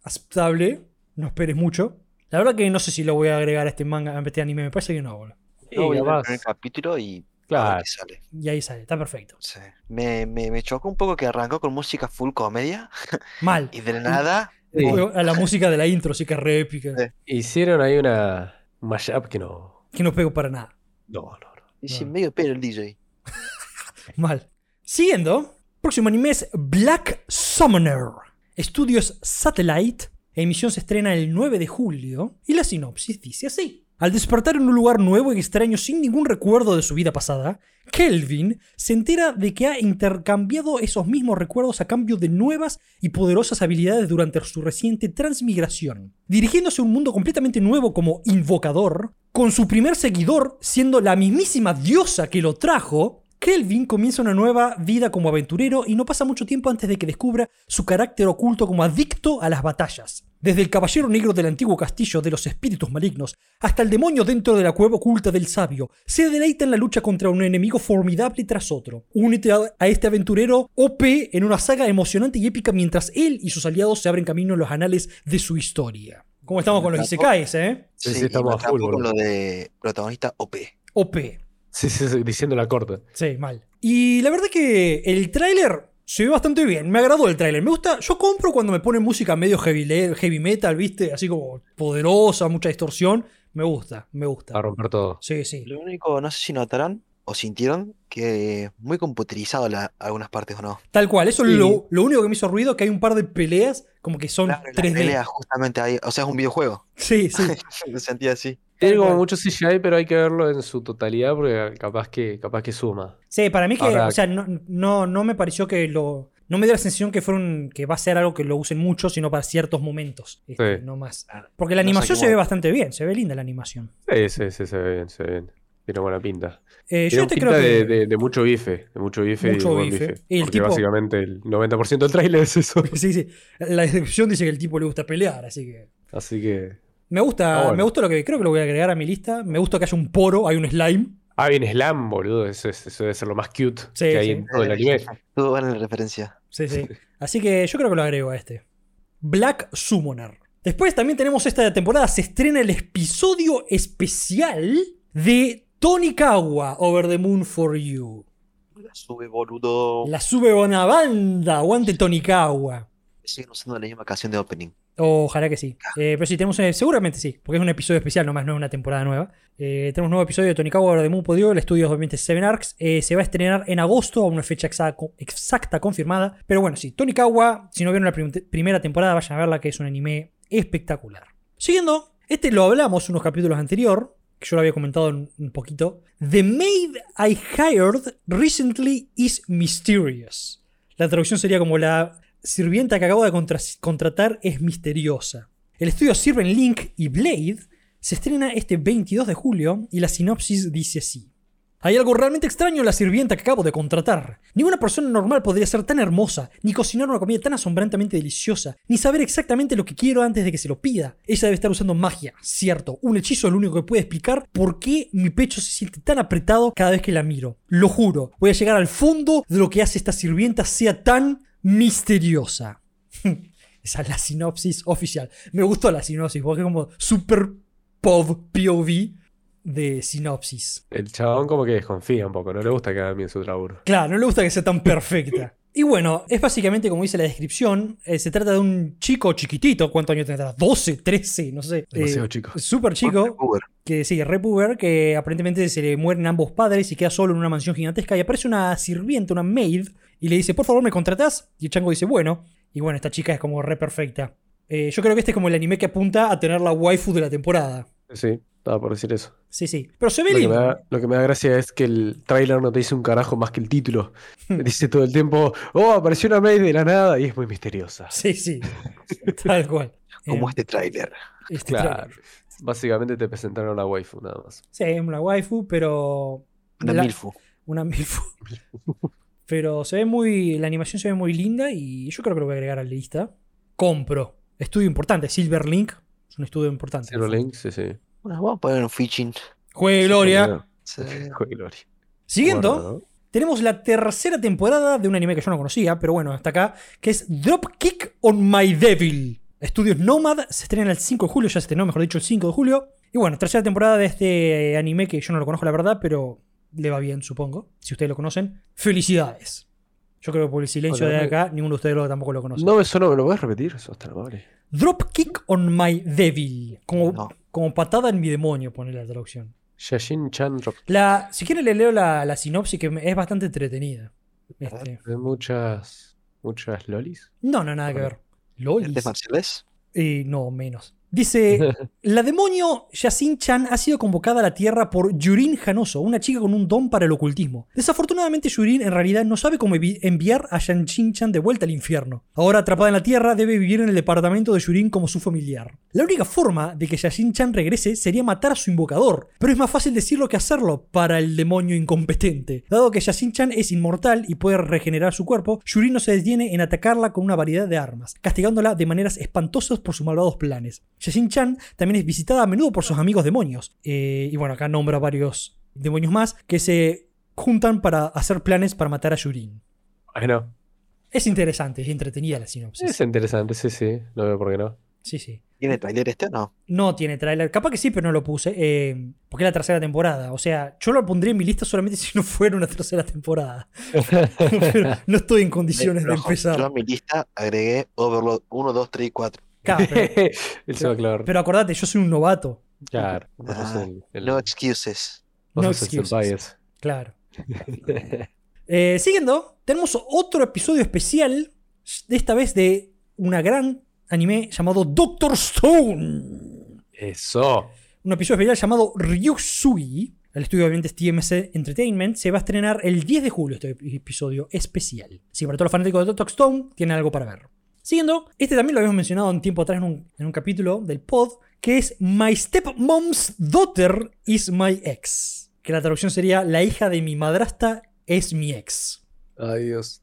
[SPEAKER 1] aceptable, no esperes mucho. La verdad que no sé si lo voy a agregar a este manga, a este anime, me parece que no, boludo.
[SPEAKER 2] Sí,
[SPEAKER 3] No, voy a ver el
[SPEAKER 2] capaz.
[SPEAKER 3] primer capítulo y a ver
[SPEAKER 2] Claro.
[SPEAKER 3] qué sale.
[SPEAKER 1] Y ahí sale, está perfecto.
[SPEAKER 3] Sí. Me, me, me chocó un poco que arrancó con música full comedia
[SPEAKER 1] Mal.
[SPEAKER 3] y de la nada.
[SPEAKER 2] Sí.
[SPEAKER 1] Luego A la música de la intro, sí que es re épica.
[SPEAKER 3] Sí.
[SPEAKER 2] Hicieron ahí una un mashup que no.
[SPEAKER 1] Que no pego para nada.
[SPEAKER 2] No, no, no.
[SPEAKER 3] Y sin
[SPEAKER 1] Ah.
[SPEAKER 3] medio pelo el DJ.
[SPEAKER 1] (laughs) Mal. Siguiendo, próximo anime es Black Summoner. Estudios Satellite. Emisión se estrena el 9 de julio. Y la sinopsis dice así. Al despertar en un lugar nuevo y extraño sin ningún recuerdo de su vida pasada, Kelvin se entera de que ha intercambiado esos mismos recuerdos a cambio de nuevas y poderosas habilidades durante su reciente transmigración, dirigiéndose a un mundo completamente nuevo como invocador, con su primer seguidor siendo la mismísima diosa que lo trajo, Kelvin comienza una nueva vida como aventurero y no pasa mucho tiempo antes de que descubra su carácter oculto como adicto a las batallas. Desde el caballero negro del antiguo castillo de los espíritus malignos hasta el demonio dentro de la cueva oculta del sabio, se deleita en la lucha contra un enemigo formidable tras otro. Únete a, a este aventurero OP en una saga emocionante y épica mientras él y sus aliados se abren camino en los anales de su historia. ¿Cómo estamos con los Isekais, eh?
[SPEAKER 2] Sí, sí,
[SPEAKER 3] y
[SPEAKER 2] estamos
[SPEAKER 3] me
[SPEAKER 2] a
[SPEAKER 3] atrapó
[SPEAKER 2] full,
[SPEAKER 3] con
[SPEAKER 2] boludo.
[SPEAKER 3] lo de protagonista OP.
[SPEAKER 1] OP.
[SPEAKER 2] Sí, sí, sí, diciendo la corta.
[SPEAKER 1] Sí, mal. Y la verdad que el tráiler se ve bastante bien. Me agradó el tráiler. Me gusta. Yo compro cuando me ponen música medio heavy, le- heavy metal, ¿viste? Así como poderosa, mucha distorsión. Me gusta, me
[SPEAKER 2] A
[SPEAKER 1] gusta.
[SPEAKER 2] romper todo.
[SPEAKER 1] Sí, sí.
[SPEAKER 3] Lo único, no sé si notaron o sintieron que muy computerizado la, algunas partes o no.
[SPEAKER 1] Tal cual. Eso es
[SPEAKER 2] Sí.
[SPEAKER 1] lo, lo único que me hizo ruido, que hay un par de peleas como que son
[SPEAKER 3] Claro, las
[SPEAKER 1] 3D.
[SPEAKER 3] peleas justamente ahí, o sea, es un videojuego. (laughs)
[SPEAKER 1] Sí,
[SPEAKER 2] (laughs)
[SPEAKER 1] sí.
[SPEAKER 3] Lo sentí así.
[SPEAKER 2] Tiene como
[SPEAKER 1] cual.
[SPEAKER 2] mucho CGI, pero hay que verlo en su totalidad porque capaz que, capaz que suma.
[SPEAKER 1] Sí, para mí que,
[SPEAKER 2] Ahora-
[SPEAKER 1] o sea, no, no, no me pareció que lo... No me dio la sensación que fueron, que va a ser algo que lo usen mucho, sino para ciertos momentos. este,
[SPEAKER 2] Sí.
[SPEAKER 1] No más. Porque la
[SPEAKER 3] No sé
[SPEAKER 1] animación se
[SPEAKER 3] cómo-
[SPEAKER 1] ve bastante bien, se ve linda la animación.
[SPEAKER 2] Sí, sí, sí, se ve bien, se ve bien. Tiene buena pinta.
[SPEAKER 1] Eh,
[SPEAKER 2] Tiene
[SPEAKER 1] yo te creo
[SPEAKER 2] pinta
[SPEAKER 1] que...
[SPEAKER 2] de, de- de mucho bife, de mucho bife y
[SPEAKER 1] Mucho
[SPEAKER 2] de buen
[SPEAKER 1] bife.
[SPEAKER 2] bife.
[SPEAKER 1] Y el
[SPEAKER 2] porque
[SPEAKER 1] tipo-
[SPEAKER 2] básicamente el 90% del tráiler es eso.
[SPEAKER 1] (laughs) Sí, sí. La descripción dice que el tipo le gusta pelear, así que.
[SPEAKER 2] Así que...
[SPEAKER 1] Me gusta,
[SPEAKER 2] Ah, bueno.
[SPEAKER 1] me gusta lo que vi. Creo que lo voy a agregar a mi lista. Me gusta que haya un poro, hay un slime.
[SPEAKER 2] Ah, bien Slam, boludo. Eso, es- eso debe ser lo más cute
[SPEAKER 1] Sí,
[SPEAKER 2] que hay
[SPEAKER 1] sí.
[SPEAKER 2] en todo el anime.
[SPEAKER 3] Todo vale la referencia.
[SPEAKER 1] Sí, sí. Así que yo creo que lo agrego a este. Black Summoner. Después también tenemos esta temporada, se estrena el episodio especial de Tonikawa Over the Moon for You.
[SPEAKER 3] La sube, boludo.
[SPEAKER 1] La sube una banda, aguante Tonikawa.
[SPEAKER 3] Siguen usando la misma canción de opening.
[SPEAKER 1] Ojalá que sí. Eh, pero sí, tenemos. eh, seguramente sí, porque es un episodio especial, nomás no es una temporada nueva. Eh, tenemos un nuevo episodio de Tonikawa Over the Moon Podio, el estudio obviamente es Seven Arcs. Eh, se va a estrenar en agosto, a una fecha exa- exacta confirmada. Pero bueno, sí, Tonikawa, si no vieron la prim- primera temporada, vayan a verla, que es un anime espectacular. Siguiendo, este lo hablamos unos capítulos anterior, que yo lo había comentado un un poquito. The maid I hired recently is mysterious. La traducción sería como la sirvienta que acabo de contra- contratar es misteriosa. El estudio Sirven Link y Blade se estrena este 22 de julio y la sinopsis dice así. Hay algo realmente extraño en la sirvienta que acabo de contratar. Ninguna persona normal podría ser tan hermosa, ni cocinar una comida tan asombrantemente deliciosa, ni saber exactamente lo que quiero antes de que se lo pida. Ella debe estar usando magia, cierto. Un hechizo es lo único que puede explicar por qué mi pecho se siente tan apretado cada vez que la miro. Lo juro, voy a llegar al fondo de lo que hace esta sirvienta sea tan misteriosa. (laughs) Esa es la sinopsis oficial. Me gustó la sinopsis, porque es como super pov POV de sinopsis.
[SPEAKER 2] El chabón como que desconfía un poco. No le gusta que hagan bien su trabajo.
[SPEAKER 1] Claro, no le gusta que sea tan perfecta. Y bueno, es básicamente como dice la descripción, eh, se trata de un chico chiquitito, ¿cuántos años tendrá? 12, 13, no sé.
[SPEAKER 2] Demasiado chico.
[SPEAKER 1] Súper chico,
[SPEAKER 3] Uber.
[SPEAKER 1] que sí, repuber, que aparentemente se le mueren ambos padres y queda solo en una mansión gigantesca y aparece una sirvienta, una maid, y le dice, por favor, ¿me contratás? Y el chango dice, bueno. Y bueno, esta chica es como re perfecta. Eh, yo creo que este es como el anime que apunta a tener la waifu de la temporada.
[SPEAKER 2] Sí, estaba por decir eso.
[SPEAKER 1] Sí, sí. Pero se ve
[SPEAKER 2] Lo que, me
[SPEAKER 1] lindo.
[SPEAKER 2] da, lo que me da gracia es que el tráiler no te dice un carajo más que el título.
[SPEAKER 1] Hmm.
[SPEAKER 2] Dice todo el tiempo, oh, apareció una maid de la nada y es muy misteriosa.
[SPEAKER 1] Sí, sí. Tal cual.
[SPEAKER 3] Como
[SPEAKER 1] Eh,
[SPEAKER 3] este tráiler.
[SPEAKER 1] este
[SPEAKER 2] (laughs) Claro.
[SPEAKER 1] trailer.
[SPEAKER 2] Básicamente te presentaron una waifu nada más.
[SPEAKER 1] Sí, es una waifu, pero.
[SPEAKER 3] Una
[SPEAKER 1] la-
[SPEAKER 3] milfu.
[SPEAKER 1] Una
[SPEAKER 3] (laughs)
[SPEAKER 1] milfu. pero se ve muy. La animación se ve muy linda y yo creo que lo voy a agregar a la lista. Compro. Estudio importante, Silver Link. Es un estudio importante.
[SPEAKER 2] Zero Link, sí, sí.
[SPEAKER 3] Bueno, vamos a poner un fishing.
[SPEAKER 1] Juegue Gloria.
[SPEAKER 3] Sí.
[SPEAKER 2] Joder, Gloria.
[SPEAKER 1] Siguiendo,
[SPEAKER 2] Guarda, ¿no?
[SPEAKER 1] tenemos la tercera temporada de un anime que yo no conocía, pero bueno, hasta acá, que es Dropkick on My Devil. Estudios Nomad se estrena el 5 de julio, ya se estrenó, mejor dicho, el 5 de julio. Y bueno, tercera temporada de este anime que yo no lo conozco, la verdad, pero le va bien, supongo. Si ustedes lo conocen, felicidades. Yo creo que por el silencio
[SPEAKER 2] Hola,
[SPEAKER 1] de
[SPEAKER 2] hola.
[SPEAKER 1] acá, ninguno de ustedes lo- tampoco lo conoce.
[SPEAKER 2] No, eso no me lo puedes repetir, eso está amable.
[SPEAKER 1] Dropkick on My Devil. Como,
[SPEAKER 3] No.
[SPEAKER 1] como patada en mi demonio, pone la traducción.
[SPEAKER 2] Shashin Chan Rock.
[SPEAKER 1] La, si quieren, le leo la, la sinopsis, que es bastante entretenida. Este.
[SPEAKER 2] Hay Muchas. Muchas lolis.
[SPEAKER 1] No, no, nada que ver.
[SPEAKER 3] ¿Artes
[SPEAKER 1] ¿Lolis?
[SPEAKER 3] marciales?
[SPEAKER 1] Eh, no, menos. Dice, la demonio Yasin Chan ha sido convocada a la Tierra por Yurin Hanoso, una chica con un don para el ocultismo. Desafortunadamente Yurin en realidad no sabe cómo evi- enviar a Yasin Chan de vuelta al infierno. Ahora atrapada en la Tierra debe vivir en el departamento de Yurin como su familiar. La única forma de que Yasin Chan regrese sería matar a su invocador, pero es más fácil decirlo que hacerlo para el demonio incompetente. Dado que Yasin Chan es inmortal y puede regenerar su cuerpo, Yurin no se detiene en atacarla con una variedad de armas, castigándola de maneras espantosas por sus malvados planes. Yashin Chan también es visitada a menudo por sus amigos demonios. Eh, y bueno, acá nombra varios demonios más que se juntan para hacer planes para matar a Yurin.
[SPEAKER 2] Bueno,
[SPEAKER 1] Es interesante, es entretenida la
[SPEAKER 2] es
[SPEAKER 1] sinopsis.
[SPEAKER 2] interesante, sí, sí. No veo por qué no. (laughs)
[SPEAKER 1] Sí, sí.
[SPEAKER 3] ¿Tiene trailer este o no?
[SPEAKER 1] No tiene tráiler. Capaz que sí, pero no lo puse. eh, porque es la tercera temporada. O sea, yo lo pondría en mi lista solamente (laughs) si no fuera una tercera temporada. (laughs) Pero no estoy en condiciones de
[SPEAKER 3] Rojo. Yo a
[SPEAKER 1] empezar.
[SPEAKER 3] mi lista agregué Overlord 1, 2, 3 y 4.
[SPEAKER 1] Claro, ah, pero,
[SPEAKER 2] El se va a clavar.
[SPEAKER 1] pero acordate, yo soy un novato.
[SPEAKER 2] Claro. Vos sos
[SPEAKER 3] Ah,
[SPEAKER 2] el- el-
[SPEAKER 3] No excuses.
[SPEAKER 2] vos
[SPEAKER 1] No
[SPEAKER 2] sos el
[SPEAKER 1] excuses.
[SPEAKER 2] bias.
[SPEAKER 1] Claro. Eh, siguiendo, tenemos otro episodio especial, esta vez de una gran anime llamado Doctor Stone.
[SPEAKER 2] Eso.
[SPEAKER 1] Un episodio especial llamado Ryusugi. El estudio obviamente es TMC Entertainment. Se va a estrenar el 10 de julio este episodio especial. Si para todos los fanáticos de Doctor Stone tienen algo para ver. Siguiendo, este también lo habíamos mencionado un tiempo atrás en un, en un capítulo del pod, que es My Stepmom's Daughter is My Ex. Que la traducción sería La hija de mi madrasta es mi ex.
[SPEAKER 2] Ay, Dios.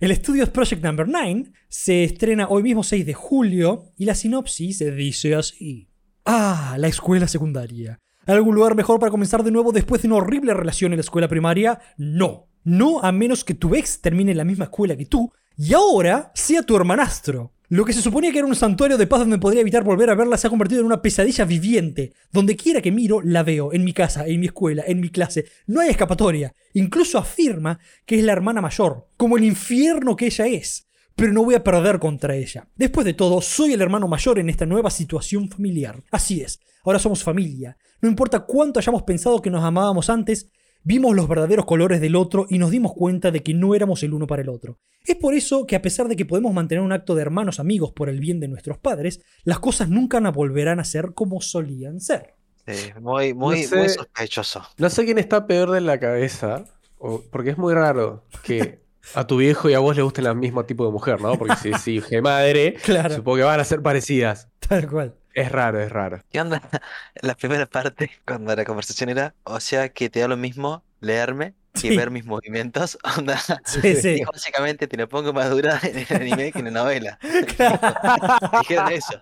[SPEAKER 1] El estudio es Project Number 9 se estrena hoy mismo 6 de julio y la sinopsis dice así. Ah, la escuela secundaria. ¿Algún lugar mejor para comenzar de nuevo después de una horrible relación en la escuela primaria? No. No a menos que tu ex termine en la misma escuela que tú y ahora sea tu hermanastro. Lo que se suponía que era un santuario de paz donde podría evitar volver a verla se ha convertido en una pesadilla viviente. Donde quiera que miro, la veo, en mi casa, en mi escuela, en mi clase. No hay escapatoria. Incluso afirma que es la hermana mayor, como el infierno que ella es. Pero no voy a perder contra ella. Después de todo, soy el hermano mayor en esta nueva situación familiar. Así es, ahora somos familia. No importa cuánto hayamos pensado que nos amábamos antes, vimos los verdaderos colores del otro y nos dimos cuenta de que no éramos el uno para el otro. Es por eso que a pesar de que podemos mantener un acto de hermanos amigos por el bien de nuestros padres, las cosas nunca na- volverán a ser como solían ser.
[SPEAKER 3] Sí, Eh, muy, muy,
[SPEAKER 2] No sé.
[SPEAKER 3] muy sospechoso.
[SPEAKER 2] No sé quién está peor de la cabeza, o- porque es muy raro que a tu viejo y a vos le gusten el mismo tipo de mujer, ¿no? Porque si
[SPEAKER 1] (laughs)
[SPEAKER 2] si hija de madre,
[SPEAKER 1] Claro,
[SPEAKER 2] supongo que van a ser parecidas.
[SPEAKER 1] (laughs) tal cual.
[SPEAKER 2] Es raro, es raro.
[SPEAKER 3] ¿Qué onda? (laughs) La primera parte, cuando la conversación era, o sea, que te da lo mismo leerme que
[SPEAKER 1] Sí.
[SPEAKER 3] ver mis movimientos. (laughs) Onda,
[SPEAKER 1] Sí, sí.
[SPEAKER 3] (laughs) dijo, básicamente te lo pongo más dura en el anime que en la novela.
[SPEAKER 1] Claro,
[SPEAKER 3] Dijeron eso.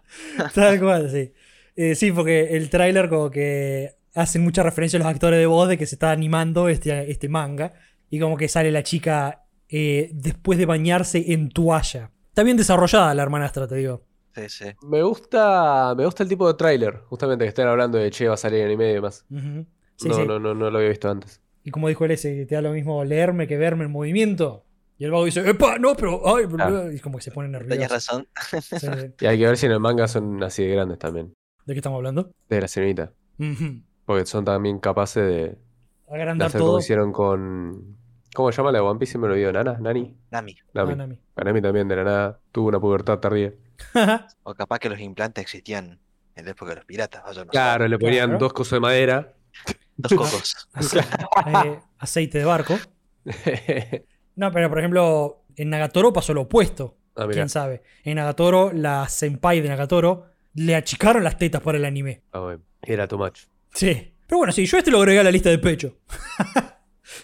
[SPEAKER 1] tal cual, sí. Eh, sí, porque el tráiler como que hacen mucha referencia a los actores de voz de que se está animando este, este manga y como que sale la chica eh, después de bañarse en toalla. Está bien desarrollada la hermanastra, te digo.
[SPEAKER 3] Sí,
[SPEAKER 1] (laughs)
[SPEAKER 3] sí.
[SPEAKER 2] Me gusta, me gusta el tipo de tráiler, justamente que están hablando de che, va a salir anime y demás.
[SPEAKER 1] Ujú. Sí,
[SPEAKER 2] no,
[SPEAKER 1] sí.
[SPEAKER 2] no, no, no lo había visto antes.
[SPEAKER 1] Y como dijo él ese, te da lo mismo leerme que verme en movimiento. Y el vago dice, ¡epa! No, pero. Ay, bla, bla", Y como que se pone
[SPEAKER 3] Tenías
[SPEAKER 1] nervioso.
[SPEAKER 3] razón.
[SPEAKER 1] Sí, sí.
[SPEAKER 2] Y hay que ver si en el manga son así de grandes también,
[SPEAKER 1] ¿De qué estamos hablando?
[SPEAKER 2] de la sirenita.
[SPEAKER 1] Ujú.
[SPEAKER 2] Porque son también capaces de, de
[SPEAKER 1] Agrandar
[SPEAKER 2] hacer como
[SPEAKER 1] todo.
[SPEAKER 2] hicieron con. ¿Cómo se llama la de One Piece? Me lo olvidó, Nana, Nani.
[SPEAKER 3] Nami.
[SPEAKER 1] Ah,
[SPEAKER 2] Nami.
[SPEAKER 1] (laughs) Nami.
[SPEAKER 2] Nami también de la nada tuvo una pubertad tardía.
[SPEAKER 3] O capaz que los implantes existían en la época de los piratas. o yo no sé.
[SPEAKER 2] Claro, le ponían
[SPEAKER 1] Claro.
[SPEAKER 2] dos cosas de madera.
[SPEAKER 1] (laughs)
[SPEAKER 2] (laughs)
[SPEAKER 3] Dos cocos.
[SPEAKER 1] Eh, aceite de barco. No, pero por ejemplo, en Nagatoro pasó lo opuesto.
[SPEAKER 2] ah, mira.
[SPEAKER 1] ¿Quién sabe? En Nagatoro, la senpai de Nagatoro le achicaron las tetas para el anime.
[SPEAKER 2] Ah, bueno. Era too much.
[SPEAKER 1] Sí. Pero bueno, sí, yo este lo agregué a la lista de pecho.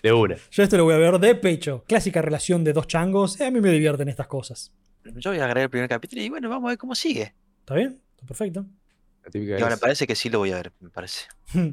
[SPEAKER 2] De una.
[SPEAKER 1] Yo este lo voy a ver de pecho. Clásica relación de dos changos. Eh, a mí me divierten estas cosas.
[SPEAKER 3] Yo voy a agregar el primer capítulo y bueno, vamos a ver cómo sigue.
[SPEAKER 1] ¿Está bien? ¿Está perfecto?
[SPEAKER 2] La típica
[SPEAKER 3] Y ahora
[SPEAKER 2] es-
[SPEAKER 3] parece que sí lo voy a ver, me parece.
[SPEAKER 1] Hmm.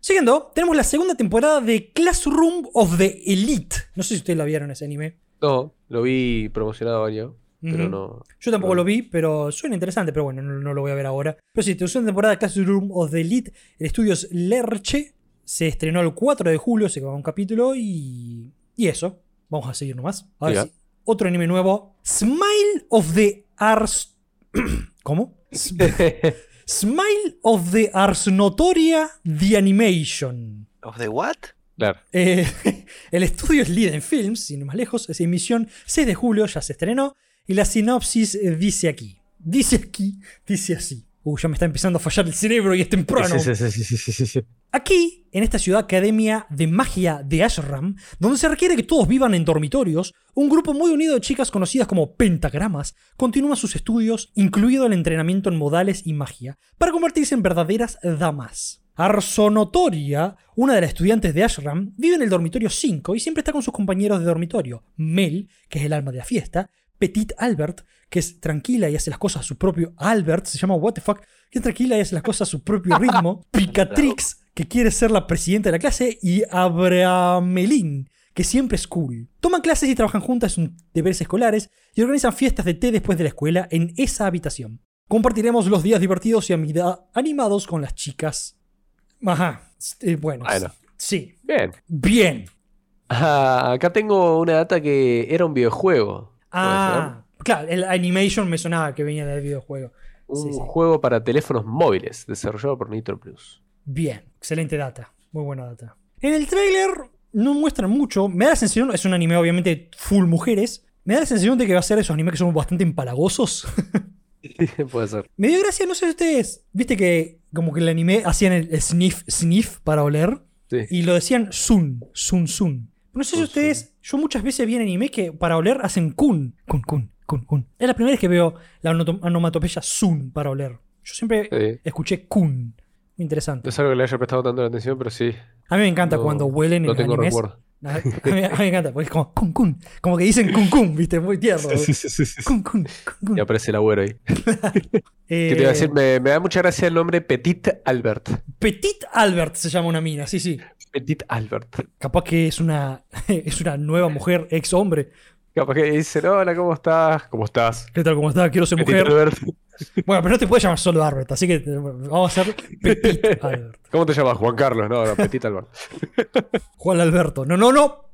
[SPEAKER 1] Siguiendo, tenemos la segunda temporada de Classroom of the Elite. No sé si ustedes la vieron ese anime.
[SPEAKER 2] No, lo vi promocionado varios, pero
[SPEAKER 1] Ujú. (laughs)
[SPEAKER 2] no.
[SPEAKER 1] Yo tampoco lo vi, pero suena interesante, pero bueno, no, no lo voy a ver ahora. Pero sí, te una temporada de Classroom of the Elite. El estudio es Lerche. Se estrenó el 4 de julio, se grabó un capítulo y. Y eso. Vamos a seguir nomás. A ver
[SPEAKER 2] Diga.
[SPEAKER 1] si- Otro anime nuevo. Smile of the Ars. (clears throat) ¿Cómo?
[SPEAKER 2] (laughs)
[SPEAKER 1] S- Smile of the Arsnotoria The Animation.
[SPEAKER 3] ¿Of the what?
[SPEAKER 2] claro.
[SPEAKER 1] Eh, (laughs) el estudio es Liden Films, sin ir más lejos, es emisión 6 de julio, ya se estrenó, y la sinopsis eh, dice aquí, dice aquí, dice así. Uh, ya me está empezando a fallar el cerebro y es temprano.
[SPEAKER 2] Sí, sí, sí, sí, sí, sí, sí, sí.
[SPEAKER 1] Aquí, en esta ciudad academia de magia de Ashram, donde se requiere que todos vivan en dormitorios, un grupo muy unido de chicas conocidas como pentagramas continúa sus estudios, incluido el entrenamiento en modales y magia, para convertirse en verdaderas damas. Arsonotoria, una de las estudiantes de Ashram, vive en el dormitorio 5 y siempre está con sus compañeros de dormitorio, Mel, que es el alma de la fiesta, Petit Albert, que es tranquila y hace las cosas a su propio Albert, se llama What the fuck, que es tranquila y hace las cosas a su propio
[SPEAKER 2] (laughs)
[SPEAKER 1] ritmo, Picatrix, que quiere ser la presidenta de la clase, y Abramelin, que siempre es cool. Toman clases y trabajan juntas en deberes escolares y organizan fiestas de té después de la escuela en esa habitación. Compartiremos los días divertidos y amida- animados con las chicas. Ajá. eh, bueno.
[SPEAKER 2] Bueno.
[SPEAKER 1] Sí.
[SPEAKER 2] Bien.
[SPEAKER 1] Bien.
[SPEAKER 2] Ah, acá tengo una data que era un videojuego. puede ser.
[SPEAKER 1] Ah, claro, el animation me sonaba que venía del videojuego.
[SPEAKER 2] Un
[SPEAKER 1] sí, sí.
[SPEAKER 2] juego para teléfonos móviles desarrollado por Nitro Plus. (laughs)
[SPEAKER 1] Bien, excelente data. Muy buena data. En el tráiler no muestran mucho. Me da la sensación, es un anime obviamente full mujeres. Me da la sensación de que va a ser esos animes que son bastante empalagosos. (laughs)
[SPEAKER 2] puede ser.
[SPEAKER 1] me dio gracia, no sé si ustedes. Viste que como que el anime hacían el sniff, sniff para oler.
[SPEAKER 2] Sí.
[SPEAKER 1] Y lo decían sun, sun, sun. No sé si
[SPEAKER 2] Sun,
[SPEAKER 1] ustedes, yo muchas veces vi en anime que para oler hacen kun, kun, kun, kun, kun. Es la primera vez que veo la onoto- onomatopeya sun para oler. Yo siempre
[SPEAKER 2] Sí.
[SPEAKER 1] escuché kun. Muy interesante.
[SPEAKER 2] No es algo que le haya prestado tanto la atención, pero sí.
[SPEAKER 1] A mí me encanta
[SPEAKER 2] No-
[SPEAKER 1] cuando huelen
[SPEAKER 2] no
[SPEAKER 1] en
[SPEAKER 2] tengo
[SPEAKER 1] animes.
[SPEAKER 2] recuerdo.
[SPEAKER 1] A a mí, a mí
[SPEAKER 2] (laughs)
[SPEAKER 1] me encanta, porque es como kun kun, como que dicen kun kun, viste, muy tierno. Kun kun, kun kun.
[SPEAKER 2] Y aparece el agüero ahí. ¿Qué te iba a decir?
[SPEAKER 1] Eh,
[SPEAKER 2] Me, me da mucha gracia el nombre Petit Albert.
[SPEAKER 1] Petit Albert se llama una mina, sí, sí.
[SPEAKER 2] Petit Albert.
[SPEAKER 1] Capaz que es una, (laughs) es una nueva mujer, ex hombre.
[SPEAKER 2] Capaz que dicen, hola, ¿cómo estás? ¿Cómo estás?
[SPEAKER 1] ¿Qué tal? ¿Cómo está? Quiero ser
[SPEAKER 2] Petit
[SPEAKER 1] mujer.
[SPEAKER 2] Albert.
[SPEAKER 1] Bueno, pero no te puedes llamar solo Albert, así que eh, vamos a hacer
[SPEAKER 2] (laughs)
[SPEAKER 1] Petit Albert.
[SPEAKER 2] ¿Cómo te llamas? Juan Carlos. No, no, Petit Albert.
[SPEAKER 1] Juan Alberto. No, no, no.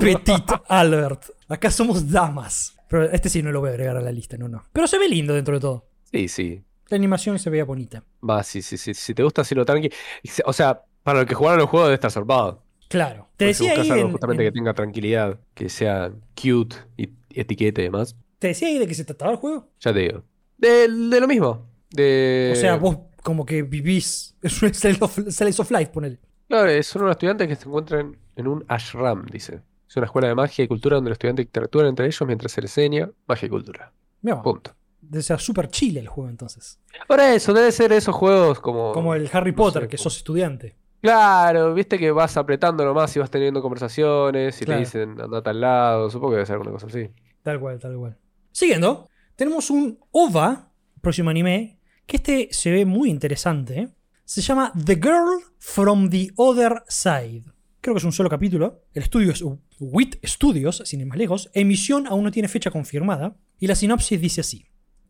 [SPEAKER 1] Petit Albert. Acá somos damas. Pero este sí no lo voy a agregar a la lista, no, no. Pero se ve lindo dentro de todo.
[SPEAKER 2] Sí, sí.
[SPEAKER 1] La animación se veía bonita.
[SPEAKER 2] Va, sí, sí, sí. Si te gusta Silo Tranqui. O sea, para los que jugaron los juegos debe estar sorpado.
[SPEAKER 1] Claro. Te
[SPEAKER 2] Porque
[SPEAKER 1] decía,
[SPEAKER 2] buscas
[SPEAKER 1] ahí
[SPEAKER 2] algo
[SPEAKER 1] en-
[SPEAKER 2] justamente
[SPEAKER 1] en-
[SPEAKER 2] que tenga tranquilidad, que sea cute y y etiqueta y demás.
[SPEAKER 1] te decía ahí de que se trataba el juego.
[SPEAKER 2] Ya te digo. De, de lo mismo. De...
[SPEAKER 1] o sea, vos como que vivís. (laughs) Es un slice of, slice of life, ponele.
[SPEAKER 2] Claro, eh, son unos estudiantes que se encuentran en un ashram, dice. Es una escuela de magia y cultura donde los estudiantes interactúan entre ellos mientras se les enseña magia y cultura.
[SPEAKER 1] Mirá,
[SPEAKER 2] Punto.
[SPEAKER 1] o sea, súper chile el juego entonces.
[SPEAKER 2] Ahora eso, debe ser esos juegos como...
[SPEAKER 1] Como el Harry
[SPEAKER 2] Oh, no
[SPEAKER 1] Potter,
[SPEAKER 2] sé,
[SPEAKER 1] que
[SPEAKER 2] como-
[SPEAKER 1] sos estudiante.
[SPEAKER 2] Claro, viste que vas apretando nomás y vas teniendo conversaciones y
[SPEAKER 1] Claro.
[SPEAKER 2] te dicen andate al lado, supongo que debe ser alguna cosa así.
[SPEAKER 1] Tal cual, tal cual. Siguiendo, tenemos un OVA, próximo anime, que este se ve muy interesante. ¿eh? Se llama The Girl from the Other Side. Creo que es un solo capítulo. El estudio es WIT Studios, sin ir más lejos. Emisión aún no tiene fecha confirmada. Y la sinopsis dice así.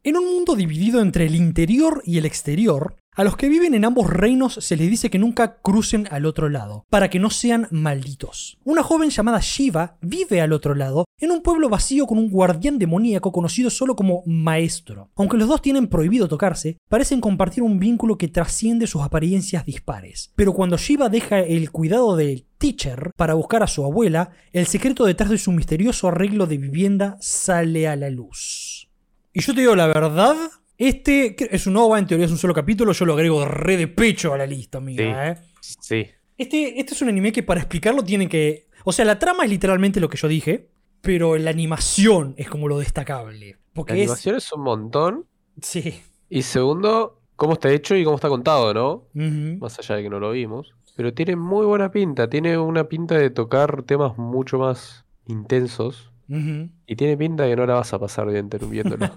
[SPEAKER 1] En un mundo dividido entre el interior y el exterior, a los que viven en ambos reinos se les dice que nunca crucen al otro lado, para que no sean malditos. Una joven llamada Shiva vive al otro lado, en un pueblo vacío con un guardián demoníaco conocido solo como Maestro. Aunque los dos tienen prohibido tocarse, parecen compartir un vínculo que trasciende sus apariencias dispares. Pero cuando Shiva deja el cuidado del Teacher para buscar a su abuela, el secreto detrás de su misterioso arreglo de vivienda sale a la luz. Y yo te digo la verdad, este que- es un OVA, en teoría es un solo capítulo, yo lo agrego re de pecho a la lista, amiga. ¿eh?
[SPEAKER 2] Sí.
[SPEAKER 1] Este, este es un anime que para explicarlo tiene que... O sea, la trama es literalmente lo que yo dije, pero la animación es como lo destacable.
[SPEAKER 2] La
[SPEAKER 1] Porque es...
[SPEAKER 2] animación es un montón.
[SPEAKER 1] Sí.
[SPEAKER 2] Y segundo, cómo está hecho y cómo está contado, ¿no?
[SPEAKER 1] Ujú.
[SPEAKER 2] Más allá de que no lo vimos. Pero tiene muy buena pinta, tiene una pinta de tocar temas mucho más intensos.
[SPEAKER 1] Ujú. (laughs)
[SPEAKER 2] Y tiene pinta de que no la vas a pasar bien ter- viéndolo.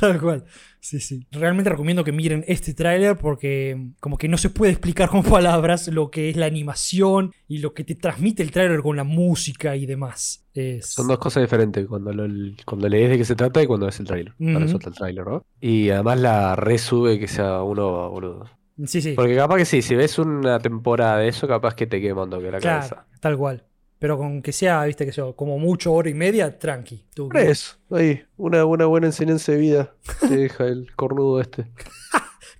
[SPEAKER 1] Tal cual. Sí, sí. Realmente recomiendo que miren este tráiler porque como que no se puede explicar con (laughs) palabras lo que es la animación y lo que te transmite el tráiler con la música y demás. Es...
[SPEAKER 2] Son dos cosas diferentes cuando, lo, cuando lees de qué se trata y cuando ves el tráiler. Para
[SPEAKER 1] Ujú.
[SPEAKER 2] eso está el tráiler, ¿no? Y además la resube que sea uno, boludo.
[SPEAKER 1] Sí, sí.
[SPEAKER 2] Porque capaz que sí, si ves una temporada de eso, capaz que te quema un toque la
[SPEAKER 1] Claro,
[SPEAKER 2] cabeza.
[SPEAKER 1] tal cual. Pero con que sea, viste, que sea como mucho hora y media, tranqui. Tú-
[SPEAKER 2] Por eso, ahí, una, una buena enseñanza de vida te deja el cornudo este.
[SPEAKER 1] (laughs)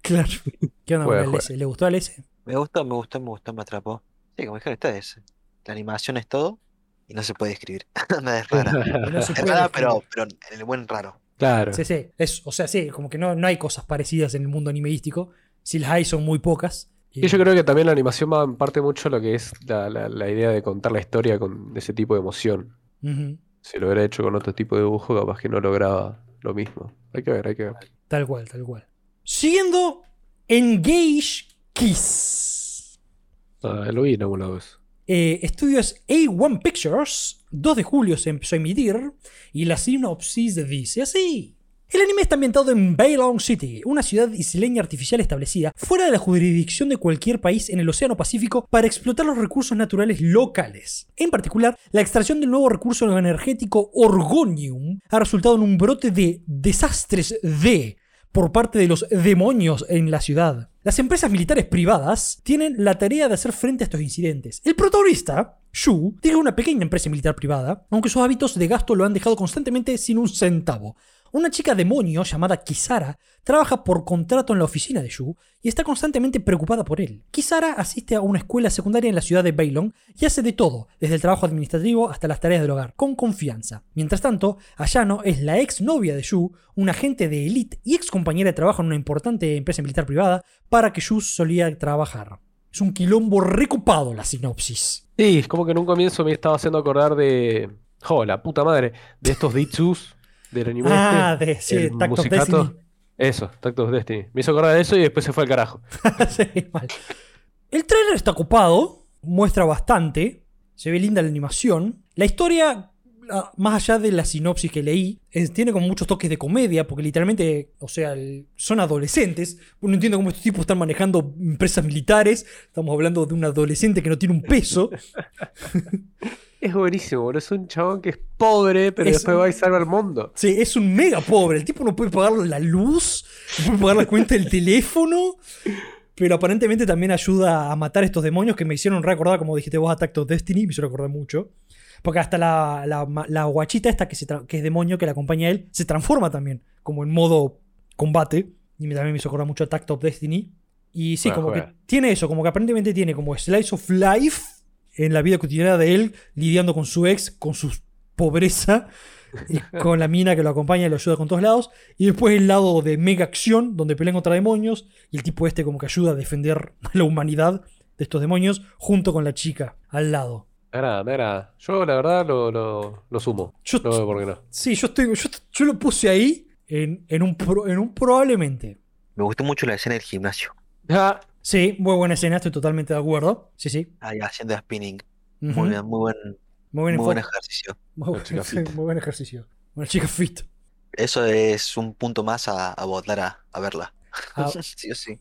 [SPEAKER 1] Claro. ¿Qué onda con
[SPEAKER 2] Juega,
[SPEAKER 1] el
[SPEAKER 2] juega.
[SPEAKER 1] S? ¿Le gustó al S?
[SPEAKER 3] Me gustó, me gustó, me gustó, me atrapó. Sí, como dijeron ustedes, la animación es todo y no se puede escribir. (laughs) Nada es rara.
[SPEAKER 1] Y no se
[SPEAKER 3] Es
[SPEAKER 1] puede
[SPEAKER 3] rara,
[SPEAKER 1] definir.
[SPEAKER 3] pero, pero en el buen raro.
[SPEAKER 2] (laughs) Claro.
[SPEAKER 1] Sí, sí. Es, o sea, sí, como que no, no hay cosas parecidas en el mundo animeístico. Si las hay, son muy pocas. Y-
[SPEAKER 2] Y yo creo que también la animación va en parte mucho a lo que es la, la- la idea de contar la historia con ese tipo de emoción.
[SPEAKER 1] Eh, Ujú,
[SPEAKER 2] Si lo hubiera hecho con otro tipo de dibujo, capaz que no lograba lo mismo. Hay que ver, hay que ver.
[SPEAKER 1] Tal cual, tal cual. Siguiendo, Engage Kiss.
[SPEAKER 2] Ah, lo vi en alguna vez.
[SPEAKER 1] Eh, estudios A1 Pictures, 2 de julio se empezó a emitir y la sinopsis dice así. El anime está ambientado en Bailong City, una ciudad isleña artificial establecida fuera de la jurisdicción de cualquier país en el Océano Pacífico para explotar los recursos naturales locales. En particular, la extracción del nuevo recurso energético Orgonium ha resultado en un brote de desastres de por parte de los demonios en la ciudad. Las empresas militares privadas tienen la tarea de hacer frente a estos incidentes. El protagonista, Shu, tiene una pequeña empresa militar privada, aunque sus hábitos de gasto lo han dejado constantemente sin un centavo. Una chica demonio llamada Kisara trabaja por contrato en la oficina de Shu y está constantemente preocupada por él. Kisara asiste a una escuela secundaria en la ciudad de Bailong y hace de todo, desde el trabajo administrativo hasta las tareas del hogar, con confianza. Mientras tanto, Ayano es la ex novia de Yu, una agente de élite y ex compañera de trabajo en una importante empresa militar privada para que Yu solía trabajar. Es un quilombo recopado la sinopsis.
[SPEAKER 2] Sí, es como que en un comienzo me estaba haciendo acordar de. ¡Jo, la puta madre! De estos Ditsus del anime.
[SPEAKER 1] Ah,
[SPEAKER 2] este,
[SPEAKER 1] de sí,
[SPEAKER 2] el
[SPEAKER 1] Tact of
[SPEAKER 2] musicato.
[SPEAKER 1] Destiny.
[SPEAKER 2] Eso, Tactos Destiny. Me hizo acordar de eso y después se fue al carajo.
[SPEAKER 1] (laughs) Sí, mal. El trailer está copado, muestra bastante, se ve linda la animación. La historia, la- más allá de la sinopsis que leí, es- tiene como muchos toques de comedia, porque literalmente, o sea, el- son adolescentes. Uno entiende cómo estos tipos están manejando empresas militares. Estamos hablando de un adolescente que no tiene un peso.
[SPEAKER 2] Es buenísimo, boludo. Es un chabón que es pobre, pero
[SPEAKER 1] Es-
[SPEAKER 2] después va y salva al mundo.
[SPEAKER 1] Sí, es un mega pobre. El tipo no puede pagar la luz, no puede pagar la cuenta del teléfono. Pero aparentemente también ayuda a matar estos demonios que me hicieron recordar, como dijiste vos, a Tact of Destiny. Me hicieron recordar mucho. Porque hasta la, la, ma- la guachita esta que, se tra- que es demonio, que la acompaña a él, se transforma también, como en modo combate. Y me- también me hizo acordar mucho a Tact of Destiny. Y sí,
[SPEAKER 2] Bueno,
[SPEAKER 1] como que
[SPEAKER 2] juega.
[SPEAKER 1] tiene eso, como que aparentemente tiene como Slice of Life en la vida cotidiana de él, lidiando con su ex, con su pobreza, y con la mina que lo acompaña y lo ayuda con todos lados. Y después el lado de mega acción, donde pelean contra demonios, y el tipo este como que ayuda a defender (laughs) a la humanidad de estos demonios, junto con la chica al lado.
[SPEAKER 2] Me agrada, me agrada. Yo, la verdad, lo, lo, lo sumo.
[SPEAKER 1] Yo-
[SPEAKER 2] No veo por qué no.
[SPEAKER 1] Sí, yo, estoy, yo, yo lo puse ahí en, en un pro- en un probablemente.
[SPEAKER 3] Me gustó mucho la escena del gimnasio.
[SPEAKER 2] Ah,
[SPEAKER 1] Sí, muy buena escena, estoy totalmente de acuerdo. Sí, sí.
[SPEAKER 3] Ahí haciendo spinning.
[SPEAKER 1] Ujú.
[SPEAKER 3] Muy bien, muy buen,
[SPEAKER 1] Muy
[SPEAKER 3] muy
[SPEAKER 1] buen
[SPEAKER 3] buen
[SPEAKER 1] enfoque.
[SPEAKER 3] ejercicio.
[SPEAKER 1] Muy buen,
[SPEAKER 2] Una
[SPEAKER 1] (laughs)
[SPEAKER 2] chica
[SPEAKER 1] sí,
[SPEAKER 2] fit.
[SPEAKER 1] muy buen ejercicio. Una chica fit.
[SPEAKER 3] Eso es un punto más a, a votar a, a verla.
[SPEAKER 1] Ah.
[SPEAKER 3] (laughs) Sí o sí.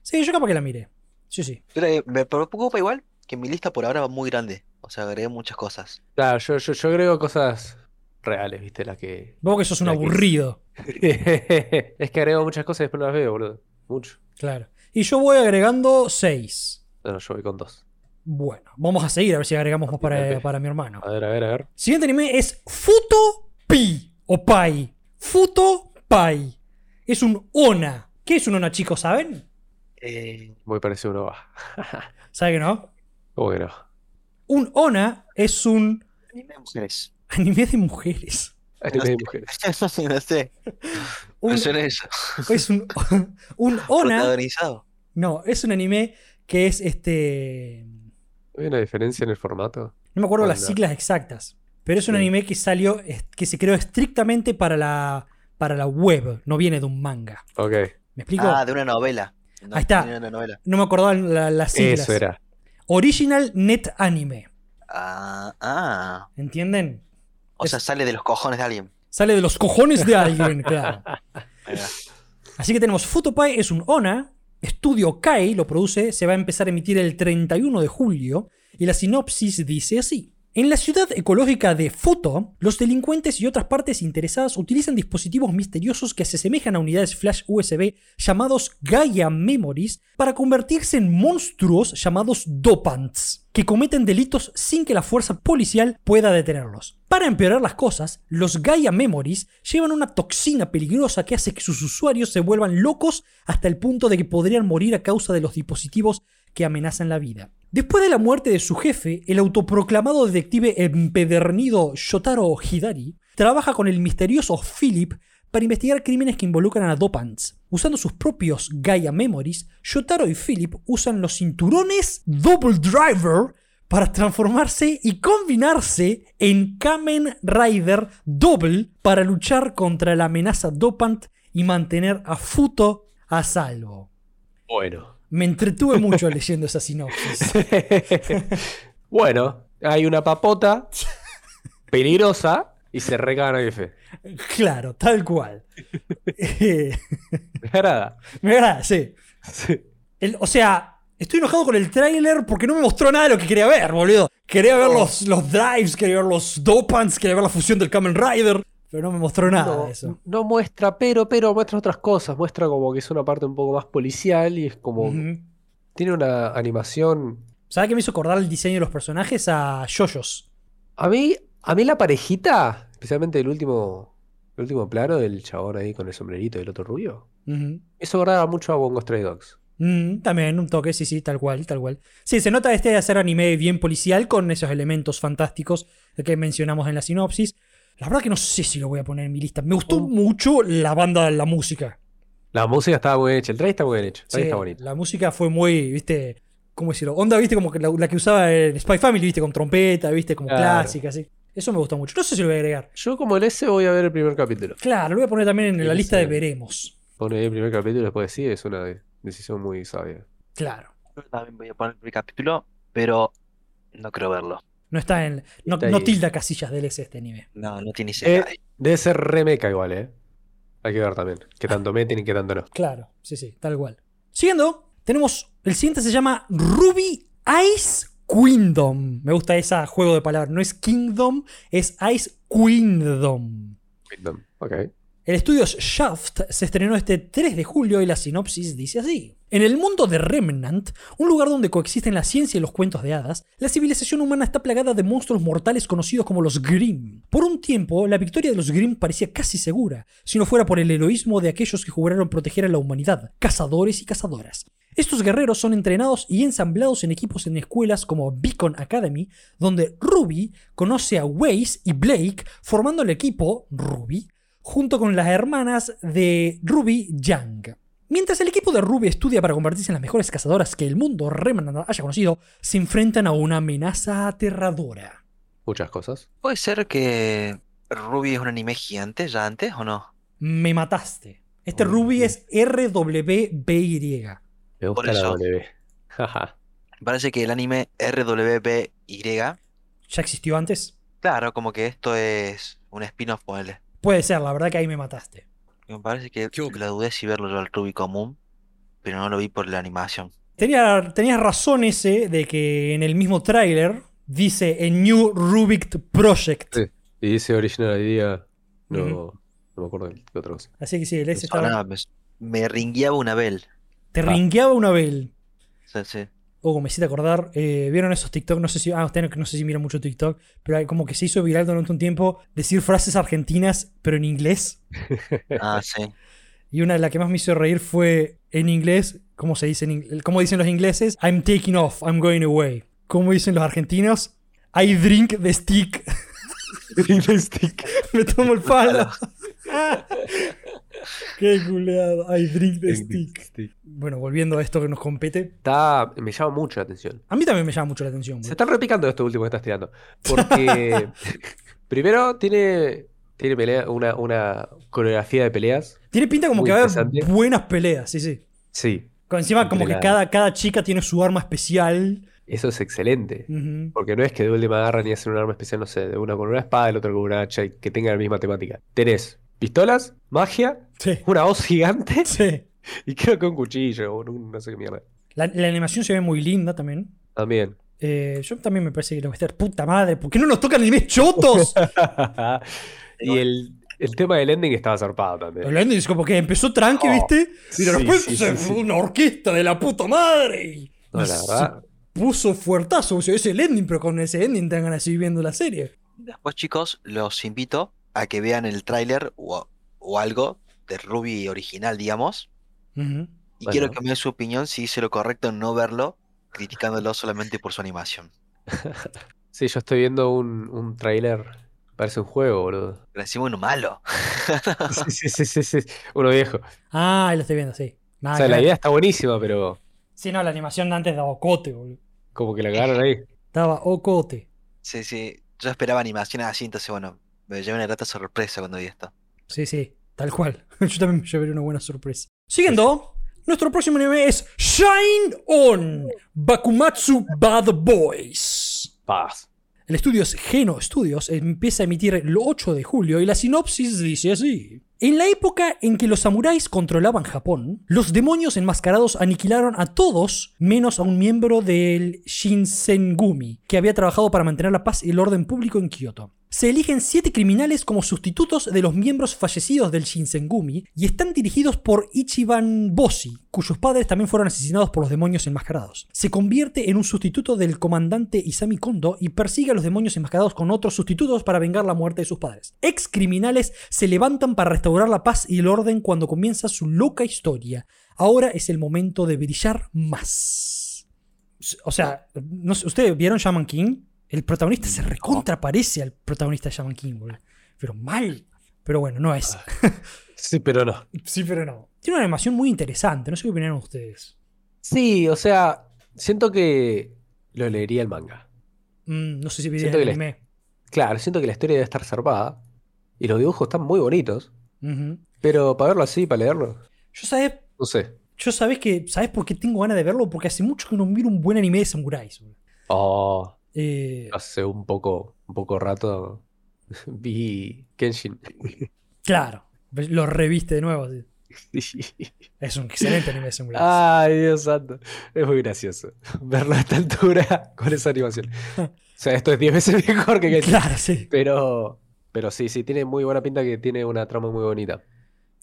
[SPEAKER 1] Sí, yo capaz que la miré. Sí, sí.
[SPEAKER 3] Yo la- eh, me preocupa igual que mi lista por ahora va muy grande. O sea, agregué muchas cosas.
[SPEAKER 2] Claro, Ah, yo, yo, yo agrego cosas reales, ¿viste? Las que.
[SPEAKER 1] Vos que sos un
[SPEAKER 2] La que-
[SPEAKER 1] aburrido. (laughs)
[SPEAKER 2] es que agrego muchas cosas y después no las veo, boludo. Mucho.
[SPEAKER 1] Claro. Y yo voy agregando 6.
[SPEAKER 2] No, no, yo voy con dos.
[SPEAKER 1] Bueno, vamos a seguir a ver si agregamos más para,
[SPEAKER 2] Adelante.
[SPEAKER 1] para mi hermano.
[SPEAKER 2] A ver, a ver, a ver.
[SPEAKER 1] Siguiente anime es Futo Pi o Pai. Futo Pai. Es un Ona. ¿Qué es un Ona, chicos? ¿Saben?
[SPEAKER 3] Eh,
[SPEAKER 2] Muy parecido a uno va.
[SPEAKER 1] ¿Saben que no?
[SPEAKER 2] ¿Cómo que no?
[SPEAKER 1] Un Ona es un
[SPEAKER 3] anime de mujeres.
[SPEAKER 1] anime de mujeres.
[SPEAKER 2] Anime de
[SPEAKER 3] sé.
[SPEAKER 2] Este mujeres.
[SPEAKER 3] (laughs) No sé.
[SPEAKER 1] Un-
[SPEAKER 3] Me suena eso.
[SPEAKER 1] (laughs) es un, (laughs) un Ona.
[SPEAKER 3] Protagonizado.
[SPEAKER 1] No, es un anime que es este.
[SPEAKER 2] ¿Hay una diferencia en el formato?
[SPEAKER 1] No me acuerdo
[SPEAKER 2] Onda.
[SPEAKER 1] las siglas exactas. Pero es un
[SPEAKER 2] Sí.
[SPEAKER 1] anime que salió, es- que se creó estrictamente para la, para la web, no viene de un manga.
[SPEAKER 2] Ok,
[SPEAKER 1] ¿Me explico?
[SPEAKER 3] Ah, de una novela. No,
[SPEAKER 1] Ahí está.
[SPEAKER 3] De una novela.
[SPEAKER 1] No me acordaba la- las siglas.
[SPEAKER 2] eso era.
[SPEAKER 1] Original Net Anime.
[SPEAKER 3] Ah, ah.
[SPEAKER 1] ¿Entienden?
[SPEAKER 3] O sea, sale de los cojones de alguien.
[SPEAKER 1] Sale de los cojones de alguien, claro.
[SPEAKER 3] Ahí va.
[SPEAKER 1] Así que tenemos Futopai, es un ONA. Estudio Kai lo produce, se va a empezar a emitir el 31 de julio. Y la sinopsis dice así. En la ciudad ecológica de Futo, los delincuentes y otras partes interesadas utilizan dispositivos misteriosos que se asemejan a unidades flash USB llamados Gaia Memories para convertirse en monstruos llamados dopants, que cometen delitos sin que la fuerza policial pueda detenerlos. Para empeorar las cosas, los Gaia Memories llevan una toxina peligrosa que hace que sus usuarios se vuelvan locos hasta el punto de que podrían morir a causa de los dispositivos que amenazan la vida. Después de la muerte de su jefe, el autoproclamado detective empedernido Shotaro Hidari trabaja con el misterioso Philip para investigar crímenes que involucran a dopants. Usando sus propios Gaia Memories, Shotaro y Philip usan los cinturones Double Driver para transformarse y combinarse en Kamen Rider Double para luchar contra la amenaza dopant y mantener a Futo a salvo. (laughs)
[SPEAKER 2] Bueno.
[SPEAKER 1] Me entretuve mucho leyendo esa sinopsis.
[SPEAKER 2] bueno, hay una papota peligrosa y se regana jefe.
[SPEAKER 1] Claro, tal cual. Eh,
[SPEAKER 2] Me agrada.
[SPEAKER 1] me agrada, sí. El- o sea, estoy enojado con el tráiler porque no me mostró nada de lo que quería ver, boludo. Quería ver los, los drives, quería ver los dopants, quería ver la fusión del Kamen Rider, pero no me mostró nada
[SPEAKER 2] No,
[SPEAKER 1] de eso.
[SPEAKER 2] no muestra, pero, pero muestra otras cosas. Muestra como que es una parte un poco más policial y es como.
[SPEAKER 1] Ujú.
[SPEAKER 2] Tiene una animación.
[SPEAKER 1] ¿Sabes qué me hizo acordar el diseño de los personajes? A Yoyos.
[SPEAKER 2] A mí, a mí la parejita, especialmente el último, el último plano del chabón ahí con el sombrerito y el otro rubio.
[SPEAKER 1] Ujú.
[SPEAKER 2] Eso acordaba mucho a Bongo Stray Dogs.
[SPEAKER 1] Mm, también un toque, sí, sí, tal cual, tal cual. Sí, se nota este de hacer anime bien policial con esos elementos fantásticos que mencionamos en la sinopsis. La verdad que no sé si lo voy a poner en mi lista. Me gustó
[SPEAKER 2] Mm.
[SPEAKER 1] mucho la banda, la música.
[SPEAKER 2] La música estaba muy bien hecha, el trailer está muy bien hecho, el trailer
[SPEAKER 1] Sí,
[SPEAKER 2] está bonito.
[SPEAKER 1] La música fue muy, viste, ¿cómo decirlo? Onda, viste, como que la, la que usaba en Spy Family, viste, con trompeta, viste, como
[SPEAKER 2] Claro.
[SPEAKER 1] clásica, así. Eso me gustó mucho. No sé si lo voy a agregar.
[SPEAKER 2] Yo como el S voy a ver el primer capítulo.
[SPEAKER 1] Claro, lo voy a poner también en la
[SPEAKER 2] Sí,
[SPEAKER 1] lista de
[SPEAKER 2] sí.
[SPEAKER 1] veremos.
[SPEAKER 2] Pone el primer capítulo y después sí, es una de- decisión muy sabia.
[SPEAKER 1] Claro.
[SPEAKER 3] Yo también voy a poner el primer capítulo, pero no creo verlo.
[SPEAKER 1] No está en. No,
[SPEAKER 2] Está ahí.
[SPEAKER 1] no tilda casillas de LS este anime.
[SPEAKER 3] No, no tiene
[SPEAKER 2] Eh,
[SPEAKER 3] idea.
[SPEAKER 2] debe ser remeca igual, eh. Hay que ver también, qué tanto meten y qué tanto no.
[SPEAKER 1] Claro, sí, sí, tal cual. Siguiendo, tenemos. El siguiente se llama Ruby Ice Kingdom. Me gusta ese juego de palabras. No es Kingdom, es Ice Kingdom.
[SPEAKER 2] Ok.
[SPEAKER 1] El estudio Shaft se estrenó este 3 de julio y la sinopsis dice así. En el mundo de Remnant, un lugar donde coexisten la ciencia y los cuentos de hadas, la civilización humana está plagada de monstruos mortales conocidos como los Grimm. Por un tiempo, la victoria de los Grimm parecía casi segura, si no fuera por el heroísmo de aquellos que juraron proteger a la humanidad, cazadores y cazadoras. Estos guerreros son entrenados y ensamblados en equipos en escuelas como Beacon Academy, donde Ruby conoce a Waze y Blake, formando el equipo Ruby junto con las hermanas de Ruby Yang. Mientras el equipo de Ruby estudia para convertirse en las mejores cazadoras que el mundo Remnant haya conocido, se enfrentan a una amenaza aterradora.
[SPEAKER 2] Muchas cosas.
[SPEAKER 3] ¿Puede ser que Ruby es un anime gigante ya antes o no?
[SPEAKER 1] Me mataste. Este
[SPEAKER 2] Oh,
[SPEAKER 1] Ruby
[SPEAKER 2] Dios.
[SPEAKER 1] es RWBY.
[SPEAKER 2] Me
[SPEAKER 3] Por
[SPEAKER 2] gusta la
[SPEAKER 3] eso.
[SPEAKER 2] W. (laughs) Jaja.
[SPEAKER 3] Parece que el anime RWBY,
[SPEAKER 1] ¿Ya existió antes?
[SPEAKER 3] claro, como que esto es un spin-off, ponele.
[SPEAKER 1] Puede ser, la verdad que ahí me mataste.
[SPEAKER 3] Me parece que
[SPEAKER 4] ¿Qué hubo?
[SPEAKER 3] la dudé si verlo yo al Ruby común, pero no lo vi por la animación.
[SPEAKER 1] Tenía- tenías razón ese de que en el mismo tráiler dice A New Rubik Project.
[SPEAKER 2] Sí. Y dice original idea. No,
[SPEAKER 1] Ujú.
[SPEAKER 2] no me acuerdo de otra cosa.
[SPEAKER 1] Así que sí, el S estaba-
[SPEAKER 3] Sonaba, me, me ringueaba una Bell.
[SPEAKER 1] te ringueaba una vela.
[SPEAKER 3] Sí, sí.
[SPEAKER 1] Hugo, me hiciste acordar, eh, ¿vieron esos TikTok? No sé si, ah, usted no, no sé si mira mucho TikTok, pero hay- como que se hizo viral durante un tiempo decir frases argentinas, pero en inglés.
[SPEAKER 3] Ah, sí.
[SPEAKER 1] Y una de las que más me hizo reír fue en inglés, ¿cómo se dice en ing- ¿Cómo dicen los ingleses? I'm taking off, I'm going away. ¿Cómo dicen los argentinos? I drink the stick, (laughs) me tomo el palo. (laughs) Qué culeado, I drink the stick. Bueno, volviendo a esto que nos compete,
[SPEAKER 2] Está, me llama mucho la atención.
[SPEAKER 1] a mí también me llama mucho la atención.
[SPEAKER 2] Se
[SPEAKER 1] boludo.
[SPEAKER 2] están repicando esto último que estás tirando. Porque (laughs) primero tiene, tiene pelea, una, una coreografía de peleas.
[SPEAKER 1] Tiene pinta como
[SPEAKER 2] Muy
[SPEAKER 1] que va a haber
[SPEAKER 2] interesante. ¿eh?
[SPEAKER 1] buenas peleas, sí, sí.
[SPEAKER 2] Sí,
[SPEAKER 1] Con encima, como que
[SPEAKER 2] Entrenada.
[SPEAKER 1] cada, cada chica tiene su arma especial.
[SPEAKER 2] eso es excelente.
[SPEAKER 1] Ujú.
[SPEAKER 2] Porque no es que de última agarran y hacen un arma especial, no sé, de una con una espada, el otro con una hacha, y que tengan la misma temática. Tenés pistolas, magia,
[SPEAKER 1] Sí.
[SPEAKER 2] una hoz (laughs) gigante
[SPEAKER 1] sí.
[SPEAKER 2] y creo que un cuchillo o un no sé qué mierda.
[SPEAKER 1] La, la animación se ve muy linda también.
[SPEAKER 2] (laughs) También.
[SPEAKER 1] Eh, yo también me parece que lo voy a estar. ¡Puta madre! ¿Por qué no nos tocan animes
[SPEAKER 2] (laughs)
[SPEAKER 1] chotos?
[SPEAKER 2] y el, el tema del ending estaba zarpado también.
[SPEAKER 1] El ending es como que empezó tranqui,
[SPEAKER 2] Oh,
[SPEAKER 1] ¿viste? Y
[SPEAKER 2] sí,
[SPEAKER 1] después
[SPEAKER 2] sí,
[SPEAKER 1] se
[SPEAKER 2] sí,
[SPEAKER 1] fue
[SPEAKER 2] sí.
[SPEAKER 1] una orquesta de la puta madre. Y,
[SPEAKER 2] No,
[SPEAKER 1] y
[SPEAKER 2] la
[SPEAKER 1] se
[SPEAKER 2] verdad.
[SPEAKER 1] puso fuertazo. O sea, es el ending, pero con ese ending tengan ganas de seguir viendo la serie.
[SPEAKER 3] Después, chicos, los invito a que vean el tráiler o, o algo de Ruby original, digamos.
[SPEAKER 1] Ujú.
[SPEAKER 3] Y
[SPEAKER 2] Bueno.
[SPEAKER 3] quiero que me dé su opinión si hice lo correcto en no verlo criticándolo solamente por su animación.
[SPEAKER 2] Sí, yo estoy viendo un, un trailer. Parece un juego, (laughs) boludo.
[SPEAKER 3] Pero encima uno malo.
[SPEAKER 2] Sí, sí, sí, sí, sí. Uno viejo.
[SPEAKER 1] Ah, ahí lo estoy viendo, sí. Nada
[SPEAKER 2] o sea,
[SPEAKER 1] que
[SPEAKER 2] la
[SPEAKER 1] ver.
[SPEAKER 2] idea está buenísima, pero
[SPEAKER 1] Sí, no, la animación de antes daba ocote, boludo.
[SPEAKER 2] como que la cagaron ahí.
[SPEAKER 1] Daba ocote.
[SPEAKER 3] Sí, sí. Yo esperaba animaciones así, entonces bueno, me llevé una grata sorpresa cuando vi esto.
[SPEAKER 1] Sí, sí, tal cual. (laughs) Yo también me llevaré una buena sorpresa. Siguiendo, nuestro próximo anime es Shine On Bakumatsu Bad Boys.
[SPEAKER 2] Paz.
[SPEAKER 1] El estudio es Geno Studios, empieza a emitir el 8 de julio y la sinopsis dice así. En la época en que los samuráis controlaban Japón, los demonios enmascarados aniquilaron a todos menos a un miembro del Shinsengumi, que había trabajado para mantener la paz y el orden público en Kioto. Se eligen siete criminales como sustitutos de los miembros fallecidos del Shinsengumi y están dirigidos por Ichiban Boshi, cuyos padres también fueron asesinados por los demonios enmascarados. Se convierte en un sustituto del comandante Isami Kondo y persigue a los demonios enmascarados con otros sustitutos para vengar la muerte de sus padres. Ex criminales se levantan para restaurar la paz y el orden cuando comienza su loca historia. Ahora es el momento de brillar más. O sea, no sé, ¿ustedes vieron Shaman King? El protagonista se recontra parece al protagonista de Shaman King, boludo. Pero mal. Pero bueno, no es.
[SPEAKER 2] Ah. Sí, pero no.
[SPEAKER 1] Sí, pero no. Tiene una animación muy interesante. No sé qué opinaron ustedes.
[SPEAKER 2] Sí, o sea, siento que lo leería el manga.
[SPEAKER 1] Mm, no sé si vieron
[SPEAKER 2] Siento
[SPEAKER 1] el
[SPEAKER 2] que le-
[SPEAKER 1] anime.
[SPEAKER 2] Claro, siento que la historia debe estar zarpada y los dibujos están muy bonitos,
[SPEAKER 1] Ujú.
[SPEAKER 2] pero para verlo así, para leerlo,
[SPEAKER 1] Yo sabes,
[SPEAKER 2] no sé.
[SPEAKER 1] yo sabes que sabes por qué tengo ganas de verlo porque hace mucho que no miro un buen anime de samuráis. boludo.
[SPEAKER 2] Oh,
[SPEAKER 1] Eh,
[SPEAKER 2] hace un poco, un poco rato (laughs) vi (laughs) Kenshin.
[SPEAKER 1] claro, lo reviste de nuevo. así. Es un excelente anime de samuráis.
[SPEAKER 2] Ay, Dios santo. Es muy gracioso (laughs) verlo a esta altura (laughs) con
[SPEAKER 1] (laughs)
[SPEAKER 2] esa animación. O sea, esto es 10 veces mejor que Genshin.
[SPEAKER 1] claro, sí.
[SPEAKER 2] Pero, pero sí, sí, tiene muy buena pinta que tiene una trama muy bonita.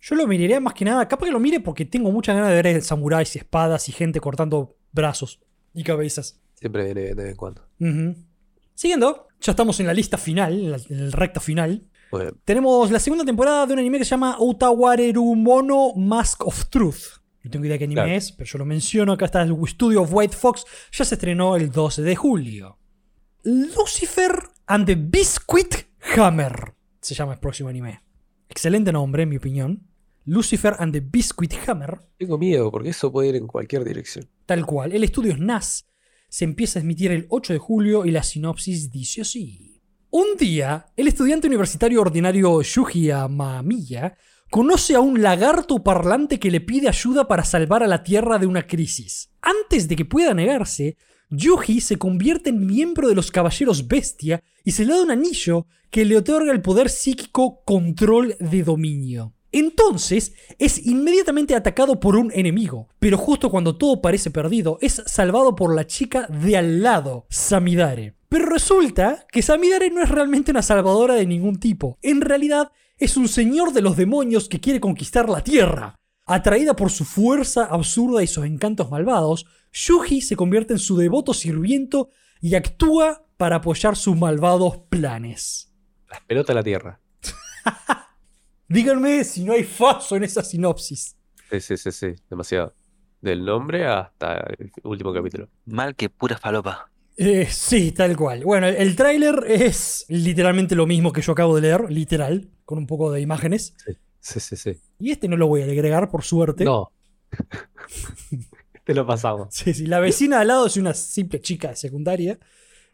[SPEAKER 1] Yo lo miraría más que nada, capaz que lo mire porque tengo muchas ganas de ver samuráis y espadas y gente cortando brazos y cabezas.
[SPEAKER 2] Siempre viene bien de vez en cuando.
[SPEAKER 1] Ujú. Siguiendo, ya estamos en la lista final, en la, en la recta final.
[SPEAKER 2] Muy bien.
[SPEAKER 1] Tenemos la segunda temporada de un anime que se llama Utawarerumono Mask of Truth. No tengo idea qué anime
[SPEAKER 2] Claro.
[SPEAKER 1] es, pero yo lo menciono. Acá está el estudio of White Fox. Ya se estrenó el 12 de julio. Lucifer and the Biscuit Hammer se llama el próximo anime. Excelente nombre, en mi opinión. Lucifer and the Biscuit Hammer.
[SPEAKER 2] Tengo miedo porque eso puede ir en cualquier dirección.
[SPEAKER 1] Tal cual. El estudio es NAS. Se empieza a emitir el 8 de julio y la sinopsis dice así. Un día, el estudiante universitario ordinario Yuji Amamiya conoce a un lagarto parlante que le pide ayuda para salvar a la Tierra de una crisis. Antes de que pueda negarse, Yuji se convierte en miembro de los Caballeros Bestia y se le da un anillo que le otorga el poder psíquico Control de Dominio. Entonces, es inmediatamente atacado por un enemigo, pero justo cuando todo parece perdido, es salvado por la chica de al lado, Samidare. Pero resulta que Samidare no es realmente una salvadora de ningún tipo. En realidad, es un señor de los demonios que quiere conquistar la Tierra. Atraída por su fuerza absurda y sus encantos malvados, Yuji se convierte en su devoto sirviento y actúa para apoyar sus malvados planes.
[SPEAKER 2] Las pelotas a la tierra.
[SPEAKER 1] Díganme si no hay falso en esa sinopsis.
[SPEAKER 2] Sí, sí, sí, sí. Demasiado. Del nombre hasta el último capítulo.
[SPEAKER 3] Mal que pura falopa.
[SPEAKER 1] Eh, sí, tal cual. Bueno, el, el tráiler es literalmente lo mismo que yo acabo de leer, literal, con un poco de imágenes.
[SPEAKER 2] Sí, sí, sí.
[SPEAKER 1] Y este no lo voy a agregar, por suerte. (laughs)
[SPEAKER 2] No. (laughs) Te lo pasamos.
[SPEAKER 1] Sí, sí, la vecina de al lado es una simple chica de secundaria.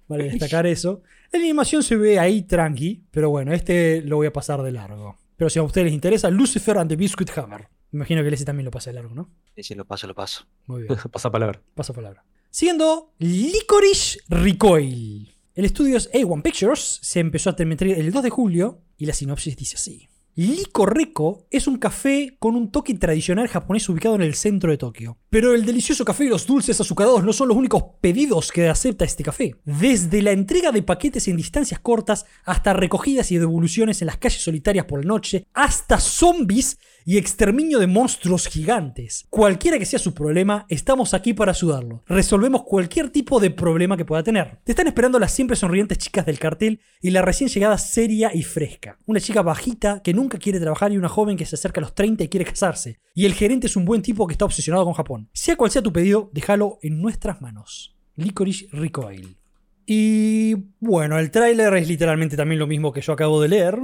[SPEAKER 1] Vale destacar eso. La animación se ve ahí tranqui, pero bueno, este lo voy a pasar de largo. Pero si a ustedes les interesa, Lucifer and the Biscuit Hammer. Me imagino que ese también lo pasa de largo, ¿no?
[SPEAKER 3] Y si lo paso, lo paso.
[SPEAKER 1] Muy bien.
[SPEAKER 2] Pasa palabra.
[SPEAKER 1] Paso palabra. Siguiendo, Licorice Recoil. El estudio es A1 Pictures, se empezó a transmitir el 2 de julio y la sinopsis dice así. Licorreco es un café con un toque tradicional japonés ubicado en el centro de Tokio. Pero el delicioso café y los dulces azucarados no son los únicos pedidos que acepta este café. Desde la entrega de paquetes en distancias cortas hasta recogidas y devoluciones en las calles solitarias por la noche, hasta zombies y exterminio de monstruos gigantes. Cualquiera que sea su problema, estamos aquí para ayudarlo. Resolvemos cualquier tipo de problema que pueda tener. Te están esperando las siempre sonrientes chicas del cartel y la recién llegada seria y fresca. Una chica bajita que nunca quiere trabajar y una joven que se acerca a los 30 y quiere casarse. Y el gerente es un buen tipo que está obsesionado con Japón. Amazon. Sea cual sea tu pedido, déjalo en nuestras manos. Licorice Recoil. Y bueno, el tráiler es literalmente también lo mismo que yo acabo de leer.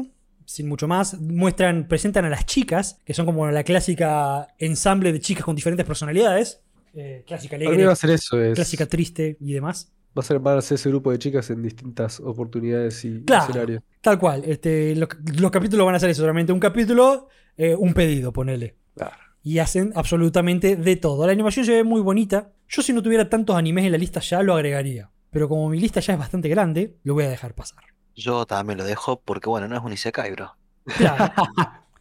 [SPEAKER 1] Sin mucho más, muestran, presentan a las chicas, que son como la clásica ensamble de chicas con diferentes personalidades. Eh, clásica
[SPEAKER 2] Para mí
[SPEAKER 1] alegre,
[SPEAKER 2] va a ser eso. Es,
[SPEAKER 1] clásica triste y demás.
[SPEAKER 2] Va a ser van a ser ese grupo de chicas en distintas oportunidades y
[SPEAKER 1] Claro.
[SPEAKER 2] escenarios.
[SPEAKER 1] Tal cual. Este, los, los capítulos van a ser eso, solamente un capítulo, eh, un pedido, ponele.
[SPEAKER 2] Claro.
[SPEAKER 1] Y hacen absolutamente de todo. La animación se ve muy bonita. Yo si no tuviera tantos animes en la lista ya lo agregaría. Pero como mi lista ya es bastante grande, lo voy a dejar pasar.
[SPEAKER 3] Yo también lo dejo porque, bueno, no es un Isekai, bro.
[SPEAKER 1] Claro.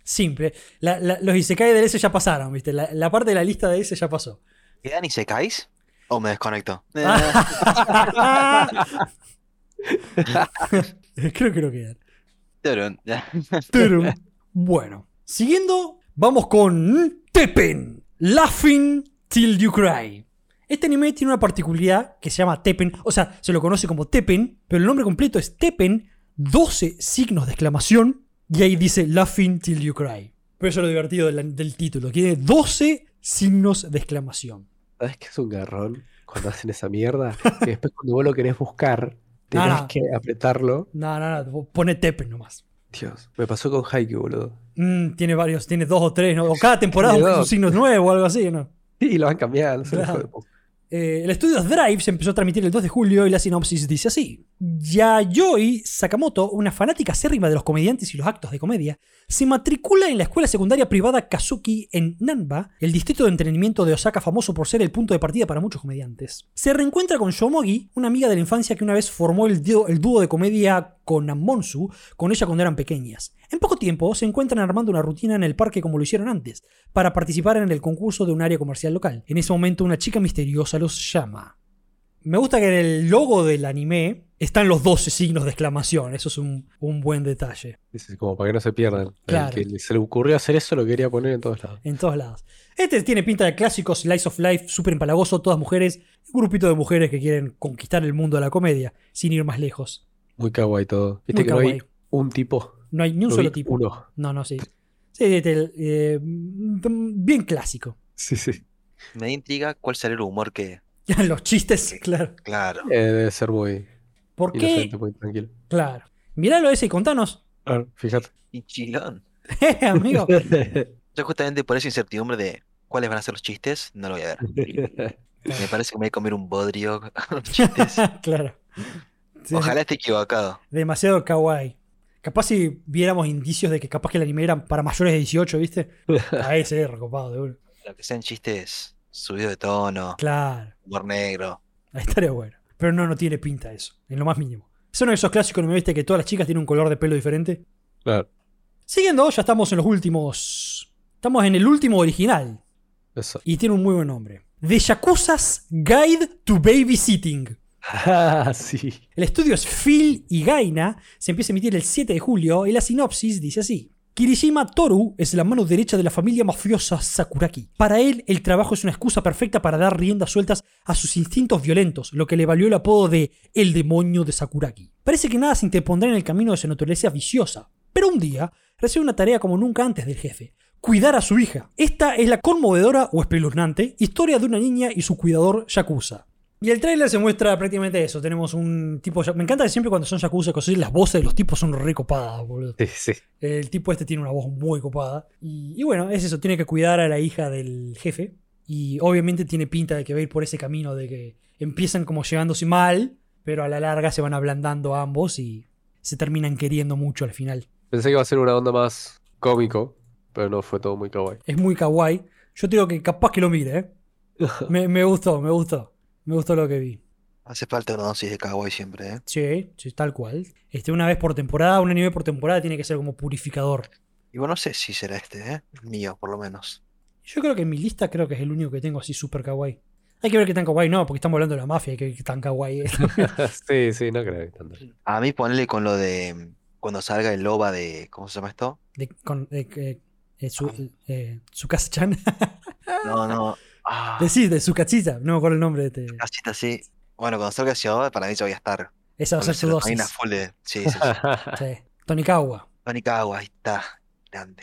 [SPEAKER 1] Simple. La- la- los Isekai del S ya pasaron, ¿viste? La, la parte de la lista de S ya pasó. (laughs)
[SPEAKER 3] ¿Quedan Isekais? ¿O me (laughs) desconecto? Eh,
[SPEAKER 1] Creo que no quedan.
[SPEAKER 3] tarun, ya.
[SPEAKER 1] Turum. Bueno, siguiendo, vamos con Teppen, Laughing Till You Cry. Este anime tiene una particularidad que se llama Teppen, o sea, se lo conoce como Teppen, pero el nombre completo es Teppen, 12 signos de exclamación, y ahí dice Laughing Till You Cry. Pero eso es lo divertido del, del título, tiene 12 signos de exclamación.
[SPEAKER 2] ¿Sabes qué es un garrón cuando hacen
[SPEAKER 1] (laughs)
[SPEAKER 2] esa mierda? Que después cuando vos lo querés buscar, tenés
[SPEAKER 1] Ah.
[SPEAKER 2] que apretarlo.
[SPEAKER 1] No, no, no, pone Teppen nomás.
[SPEAKER 2] Dios, me pasó con Haikyuu, boludo. (laughs)
[SPEAKER 1] Mm, tiene varios, tiene dos o tres, ¿no? O cada temporada
[SPEAKER 2] Tiene
[SPEAKER 1] un- un
[SPEAKER 2] dos.
[SPEAKER 1] signo nuevo o algo así, ¿no?
[SPEAKER 2] Y lo van cambiando, se
[SPEAKER 1] Claro.
[SPEAKER 2] hijo de puta.
[SPEAKER 1] Eh, el estudio Drive se empezó a transmitir el 2 de julio y la sinopsis dice así. Yayoi Sakamoto, una fanática acérrima de los comediantes y los actos de comedia, se matricula en la escuela secundaria privada Kazuki en Nanba, el distrito de entretenimiento de Osaka famoso por ser el punto de partida para muchos comediantes. Se reencuentra con Shomogi, una amiga de la infancia que una vez formó el, dio- el dúo de comedia con Amonsu, con ella cuando eran pequeñas. En poco tiempo se encuentran armando una rutina en el parque como lo hicieron antes, para participar en el concurso de un área comercial local. En ese momento una chica misteriosa los llama. Me gusta que en el logo del anime están los 12 signos de exclamación, eso es un, un buen detalle.
[SPEAKER 2] Dices, como para que no se pierdan. El
[SPEAKER 1] Claro.
[SPEAKER 2] que se le ocurrió hacer eso lo quería poner en todos lados.
[SPEAKER 1] En todos lados. Este tiene pinta de clásico Slice of Life, súper empalagoso, todas mujeres, un grupito de mujeres que quieren conquistar el mundo de la comedia, sin ir más lejos.
[SPEAKER 2] Muy kawaii todo.
[SPEAKER 1] Muy
[SPEAKER 2] Viste Este que no hay
[SPEAKER 1] kawaii.
[SPEAKER 2] un tipo.
[SPEAKER 1] No hay ni un
[SPEAKER 2] Lo
[SPEAKER 1] solo
[SPEAKER 2] vi
[SPEAKER 1] tipo.
[SPEAKER 2] Uno. (laughs)
[SPEAKER 1] No, no, sí. Sí, este, eh, bien clásico. (laughs)
[SPEAKER 2] Sí, sí.
[SPEAKER 3] Me intriga cuál será el humor que.
[SPEAKER 1] Los chistes, claro.
[SPEAKER 3] Claro.
[SPEAKER 2] Eh, debe ser muy
[SPEAKER 1] ¿Por qué?
[SPEAKER 2] inocente, muy tranquilo.
[SPEAKER 1] Claro. Míralo ese y contanos.
[SPEAKER 2] A ver, fíjate.
[SPEAKER 3] Y chilón.
[SPEAKER 1] Eh, (laughs) amigo.
[SPEAKER 3] Yo, justamente por esa incertidumbre de cuáles van a ser los chistes, no lo voy a ver.
[SPEAKER 1] (laughs)
[SPEAKER 3] Me parece que me voy a comer un bodrio (laughs) con los chistes.
[SPEAKER 1] claro. (laughs) Sí,
[SPEAKER 3] Ojalá esté equivocado.
[SPEAKER 1] Demasiado kawaii. Capaz si viéramos indicios de que capaz que el anime era para mayores de 18, ¿viste? Ahí se ve recopado de uno.
[SPEAKER 3] Lo que sean chistes subidos de tono,
[SPEAKER 1] Claro.
[SPEAKER 3] humor negro.
[SPEAKER 1] Ahí estaría bueno. Pero no, no tiene pinta eso, en lo más mínimo. Es uno de esos clásicos, ¿no me viste? Que todas las chicas tienen un color de pelo diferente.
[SPEAKER 2] (laughs) claro.
[SPEAKER 1] Siguiendo, ya estamos en los últimos. Estamos en el último original.
[SPEAKER 2] Eso. (laughs)
[SPEAKER 1] Y tiene un muy buen nombre. The Yakuza's Guide to Babysitting.
[SPEAKER 2] Ah, sí.
[SPEAKER 1] El estudio es Phil y Gaina, se empieza a emitir el 7 de julio y la sinopsis dice así. Kirishima Toru es la mano derecha de la familia mafiosa Sakuraki. Para él, el trabajo es una excusa perfecta para dar riendas sueltas a sus instintos violentos, lo que le valió el apodo de el demonio de Sakuraki. Parece que nada se interpondrá en el camino de su naturaleza viciosa, pero un día recibe una tarea como nunca antes del jefe, cuidar a su hija. Esta es la conmovedora o espeluznante historia de una niña y su cuidador Yakuza. Y el tráiler se muestra prácticamente eso. Tenemos un tipo. Me encanta que siempre cuando son yakuza, cosas así, las voces de los tipos son recopadas, boludo.
[SPEAKER 2] Sí, sí.
[SPEAKER 1] El tipo este tiene una voz muy copada. Y, y bueno, es eso. Tiene que cuidar a la hija del jefe. Y obviamente tiene pinta de que va a ir por ese camino de que empiezan como llevándose mal, pero a la larga se van ablandando ambos y se terminan queriendo mucho al final.
[SPEAKER 2] Pensé que iba a ser una onda más cómico, pero no fue todo muy
[SPEAKER 1] (laughs)
[SPEAKER 2] kawaii.
[SPEAKER 1] Es muy kawaii. Yo te digo que capaz que lo mire, ¿eh? Me, me gustó, me gustó. Me gustó lo que vi.
[SPEAKER 3] Hace falta una dosis de kawaii siempre, ¿eh?
[SPEAKER 1] Sí, sí, tal cual. Este, una vez por temporada, un anime por temporada tiene que ser como purificador.
[SPEAKER 3] Y bueno, no sé si será este, ¿eh? El mío, por lo menos.
[SPEAKER 1] Yo creo que en mi lista creo que es el único que tengo así super kawaii. Hay que ver qué tan kawaii no, porque estamos hablando de la mafia, hay que ver qué tan kawaii es.
[SPEAKER 2] sí, sí, no creo que tanto.
[SPEAKER 3] A mí ponerle con lo de mm, cuando salga el loba de. ¿Cómo se llama esto?
[SPEAKER 1] De- con- de- eh, eh, su, eh, Tsukasa-chan.
[SPEAKER 3] No, no.
[SPEAKER 1] (laughs)
[SPEAKER 3] Ah,
[SPEAKER 2] (laughs)
[SPEAKER 1] Decís, de Tsukasa, no me acuerdo el nombre de este.
[SPEAKER 3] casita sí. Bueno, cuando salga ese loba, para mí yo voy a estar.
[SPEAKER 1] Esa va a
[SPEAKER 3] Con
[SPEAKER 1] ser
[SPEAKER 3] ese
[SPEAKER 1] su
[SPEAKER 3] loba, hay
[SPEAKER 1] dosis. (laughs)
[SPEAKER 3] una full de. Sí, sí, sí.
[SPEAKER 1] Sí. Tonikawa.
[SPEAKER 3] Tonikawa, ahí está. Grande.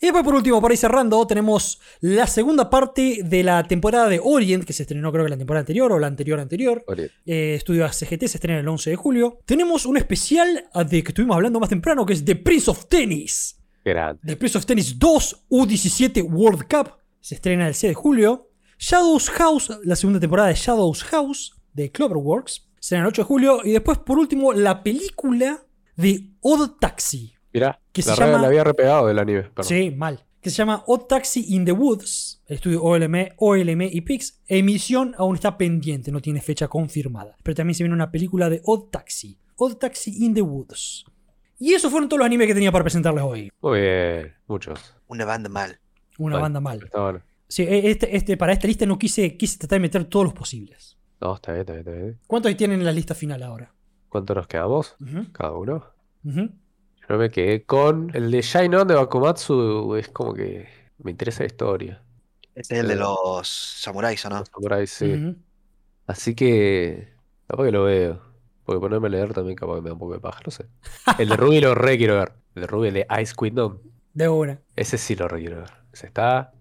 [SPEAKER 1] Y después, por último, para ir cerrando, tenemos la segunda parte de la temporada de Orient, que se estrenó creo que la temporada anterior o la anterior anterior.
[SPEAKER 2] Orient.
[SPEAKER 1] Eh, estudio ACGT se estrena el 11 de julio. Tenemos un especial ah, de que estuvimos hablando más temprano, que es The Prince of Tennis.
[SPEAKER 2] Grande.
[SPEAKER 1] The Prince of Tennis 2 U17 World Cup se estrena el 6 de julio. Shadows House, la segunda temporada de Shadows House de Cloverworks, será el 8 de julio. Y después, por último, la película de Odd Taxi.
[SPEAKER 2] Mirá,
[SPEAKER 1] Que
[SPEAKER 2] la,
[SPEAKER 1] se
[SPEAKER 2] re-
[SPEAKER 1] llama-
[SPEAKER 2] la había repegado del anime. perdón.
[SPEAKER 1] Sí, mal. Que se llama Odd Taxi in the Woods, el estudio OLM, OLM y Pix. Emisión aún está pendiente, no tiene fecha confirmada. Pero también se viene una película de Odd Taxi. Odd Taxi in the Woods. Y esos fueron todos los animes que tenía para presentarles hoy.
[SPEAKER 2] Muy bien, muchos.
[SPEAKER 3] Una banda mal.
[SPEAKER 1] Una
[SPEAKER 2] Vale.
[SPEAKER 1] banda mal.
[SPEAKER 2] Está bueno.
[SPEAKER 1] Sí, e- este, este, para esta lista no quise, quise tratar de meter todos los posibles.
[SPEAKER 2] No, está bien, está bien, está bien.
[SPEAKER 1] ¿Cuántos tienen en la lista final ahora?
[SPEAKER 2] ¿Cuánto nos quedamos?
[SPEAKER 1] Ujú,
[SPEAKER 2] Cada uno.
[SPEAKER 1] ujú.
[SPEAKER 2] Yo me quedé con el de Shine On de Bakumatsu. Es como que me interesa la historia.
[SPEAKER 3] Este es el de
[SPEAKER 2] Sí.
[SPEAKER 3] los samuráis, ¿o no?
[SPEAKER 2] Los samuráis, sí.
[SPEAKER 1] Ah. Ujú.
[SPEAKER 2] Así que. Capaz que lo veo. Porque ponerme a leer también capaz que me da un poco de paja, no sé. El de Ruby lo re quiero ver. El de Ruby, el de Ice Kingdom.
[SPEAKER 1] De una.
[SPEAKER 2] Ese sí lo re quiero ver. Ese está.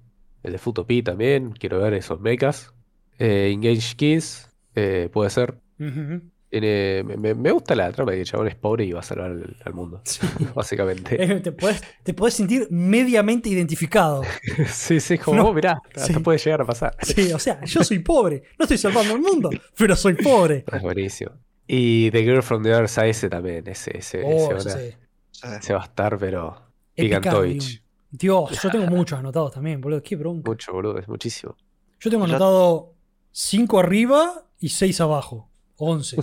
[SPEAKER 2] El de Futopi también. Quiero ver esos mechas. Eh, Engage Kids. eh, puede ser.
[SPEAKER 1] Ujú.
[SPEAKER 2] Tiene- me, me- me gusta la trama de que el chabón es pobre y va a salvar al, al mundo. (laughs)
[SPEAKER 1] (laughs)
[SPEAKER 2] Básicamente.
[SPEAKER 1] Eh, Te puedes te podés sentir mediamente identificado.
[SPEAKER 2] (laughs) sí, sí, es como
[SPEAKER 1] No.
[SPEAKER 2] vos, mirá, hasta
[SPEAKER 1] Sí.
[SPEAKER 2] puede llegar a pasar.
[SPEAKER 1] Sí, o sea, yo soy pobre. No estoy salvando al mundo, pero soy pobre.
[SPEAKER 2] Es buenísimo. Y The Girl from the Other Side, ese también. Ese, ese,
[SPEAKER 1] Oh,
[SPEAKER 2] ese
[SPEAKER 1] eso
[SPEAKER 2] ahora-
[SPEAKER 1] sí.
[SPEAKER 2] ese va a estar, pero.
[SPEAKER 1] Epicandium.
[SPEAKER 2] Gigantovich.
[SPEAKER 1] Dios, yo tengo muchos anotados también, boludo. Qué bronca.
[SPEAKER 2] Mucho, boludo, es muchísimo.
[SPEAKER 1] Yo tengo
[SPEAKER 3] Yo-
[SPEAKER 1] anotado 5 arriba y 6 abajo. 11.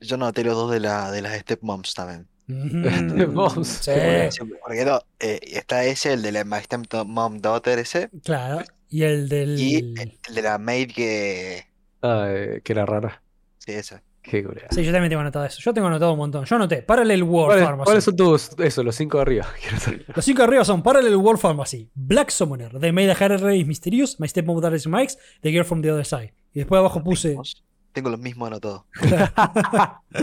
[SPEAKER 3] Yo noté los dos de, la, de las Stepmoms también.
[SPEAKER 2] (laughs) Vos.
[SPEAKER 1] Sí,
[SPEAKER 3] Siempre- Porque no, eh, está ese, el de la My Stepmom Daughter ese,
[SPEAKER 1] claro. Y el del.
[SPEAKER 3] y el, el de la maid que...
[SPEAKER 2] Ah, eh, que era rara.
[SPEAKER 3] Sí, esa.
[SPEAKER 2] Qué culiao.
[SPEAKER 1] Sí, yo también tengo anotado eso. Yo tengo anotado un montón. Yo anoté Parallel World
[SPEAKER 2] ¿Cuáles,
[SPEAKER 1] Pharmacy.
[SPEAKER 2] cuáles son tus, eso, los cinco de arriba? (laughs) Quiero saber.
[SPEAKER 1] Los cinco arriba son Parallel World Pharmacy, Black Summoner, The Maid Harry Reyes Mysterious, My Step Mom Darkness Mikes, The Girl from the Other Side. Y después abajo
[SPEAKER 3] (laughs)
[SPEAKER 1] puse.
[SPEAKER 3] Tengo los mismos anotados.
[SPEAKER 1] (laughs)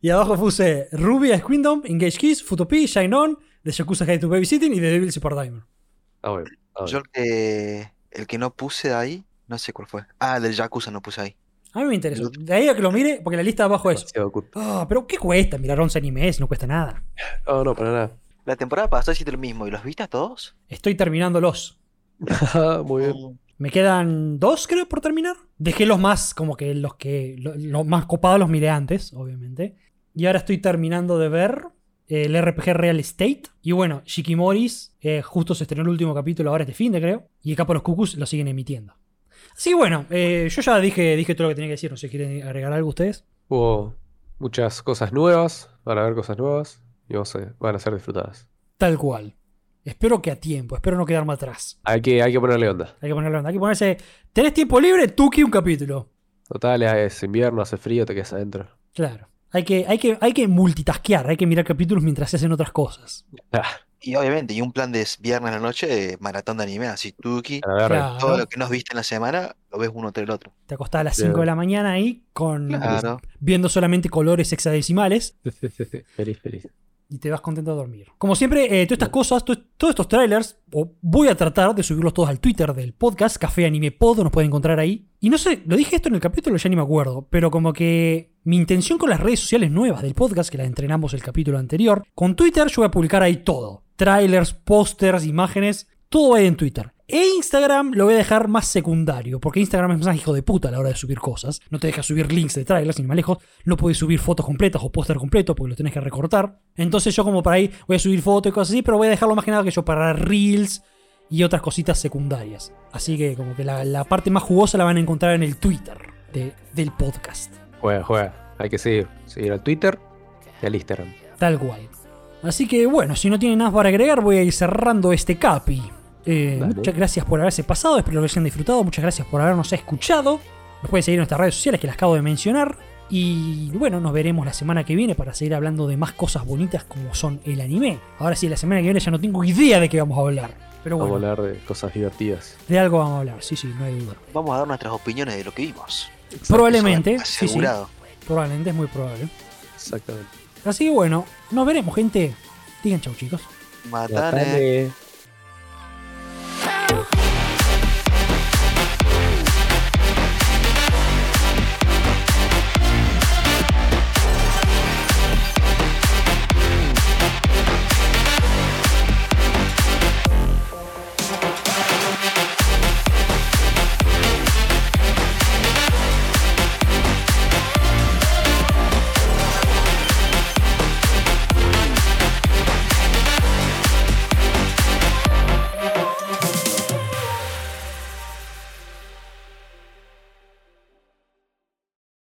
[SPEAKER 1] y abajo puse Ruby Ice Kingdom, Engage Kiss, Futopi, Shine On, The Yakuza High to Babysitting y The Devil Super Dimer.
[SPEAKER 2] Ah, bueno, ah,
[SPEAKER 3] Yo el que, el que no puse ahí, no sé cuál fue. Ah, el del Yakuza no puse ahí.
[SPEAKER 1] A mí me interesa. De ahí a que lo mire, porque la lista de abajo es.
[SPEAKER 2] demasiado cut.
[SPEAKER 1] Ah, pero ¿qué cuesta mirar 11 animes? No cuesta nada.
[SPEAKER 2] Ah, no, para nada.
[SPEAKER 3] La temporada pasada hiciste lo mismo, ¿y los viste a todos? Mm,
[SPEAKER 1] Estoy terminándolos.
[SPEAKER 2] Ah, (laughs) Muy bien.
[SPEAKER 1] Me quedan dos, creo, por terminar. Dejé los más, como que los que. lo- Los, más copados los miré antes, obviamente. Y ahora estoy terminando de ver eh, el RPG Real Estate. Y bueno, Shikimoris, eh, justo se estrenó el último capítulo ahora este fin de, creo. Y Capo los Cucus lo siguen emitiendo. Así que bueno, eh, yo ya dije, dije todo lo que tenía que decir. No sé si quieren agregar algo ustedes.
[SPEAKER 2] Hubo muchas cosas nuevas. Van a haber cosas nuevas. Y vamos a- van a ser disfrutadas.
[SPEAKER 1] Tal cual. Espero que a tiempo, espero no quedarme atrás.
[SPEAKER 2] Hay que, hay que ponerle onda.
[SPEAKER 1] Hay que ponerlo, hay que ponerse. ¿Tenés tiempo libre? Tuki un capítulo.
[SPEAKER 2] Total, es invierno, hace frío, te quedas adentro.
[SPEAKER 1] Claro. Hay que, hay que, hay que multitasquear, hay que mirar capítulos mientras se hacen otras cosas.
[SPEAKER 2] Ah,
[SPEAKER 3] Y obviamente, y un plan de s- viernes a la noche, eh, maratón de anime, así tuki,
[SPEAKER 2] a la verga.
[SPEAKER 1] Claro.
[SPEAKER 3] todo lo que nos viste en la semana, lo ves uno tras el otro.
[SPEAKER 1] Te acostás a las
[SPEAKER 2] Claro.
[SPEAKER 1] 5 de la mañana ahí con
[SPEAKER 3] Claro.
[SPEAKER 1] viendo solamente colores hexadecimales
[SPEAKER 2] Feliz, feliz.
[SPEAKER 1] y te vas contento a dormir. Como siempre, eh, todas estas cosas, to- todos estos trailers, o- voy a tratar de subirlos todos al Twitter del podcast, Café Anime Pod, nos pueden encontrar ahí. Y no sé, lo dije esto en el capítulo, ya ni me acuerdo, pero como que mi intención con las redes sociales nuevas del podcast, que las entrenamos el capítulo anterior, con Twitter yo voy a publicar ahí todo. Trailers, pósters, imágenes, todo va a ir en Twitter. E Instagram lo voy a dejar más secundario, porque Instagram es más hijo de puta a la hora de subir cosas. No te deja subir links de trailers ni más lejos. No puedes subir fotos completas o póster completo porque lo tenés que recortar. Entonces yo como para ahí voy a subir fotos y cosas así, pero voy a dejarlo más que nada que yo para reels y otras cositas secundarias. Así que como que la, la parte más jugosa la van a encontrar en el Twitter de- del podcast.
[SPEAKER 2] Juega, juega. Hay que seguir. Seguir al Twitter y al Instagram.
[SPEAKER 1] Tal cual. Así que bueno, si no tienen nada para agregar, voy a ir cerrando este capi. Eh,
[SPEAKER 2] Dale.
[SPEAKER 1] muchas gracias por haberse pasado, espero que lo hayan disfrutado, muchas gracias por habernos escuchado. Nos pueden seguir en nuestras redes sociales que las acabo de mencionar. Y bueno, nos veremos la semana que viene para seguir hablando de más cosas bonitas como son el anime. Ahora sí, la semana que viene ya no tengo idea de qué vamos a hablar. Pero
[SPEAKER 2] Vamos a
[SPEAKER 1] bueno,
[SPEAKER 2] hablar de cosas divertidas.
[SPEAKER 1] de algo vamos a hablar, sí, sí, no hay duda.
[SPEAKER 3] Vamos a dar nuestras opiniones de lo que vimos.
[SPEAKER 1] Probablemente, sí, sí,
[SPEAKER 3] Asegurado.
[SPEAKER 1] probablemente, es muy probable.
[SPEAKER 2] Exactamente.
[SPEAKER 1] Así que bueno, nos veremos, gente. Digan chau, chicos.
[SPEAKER 3] Matane.
[SPEAKER 2] Matane.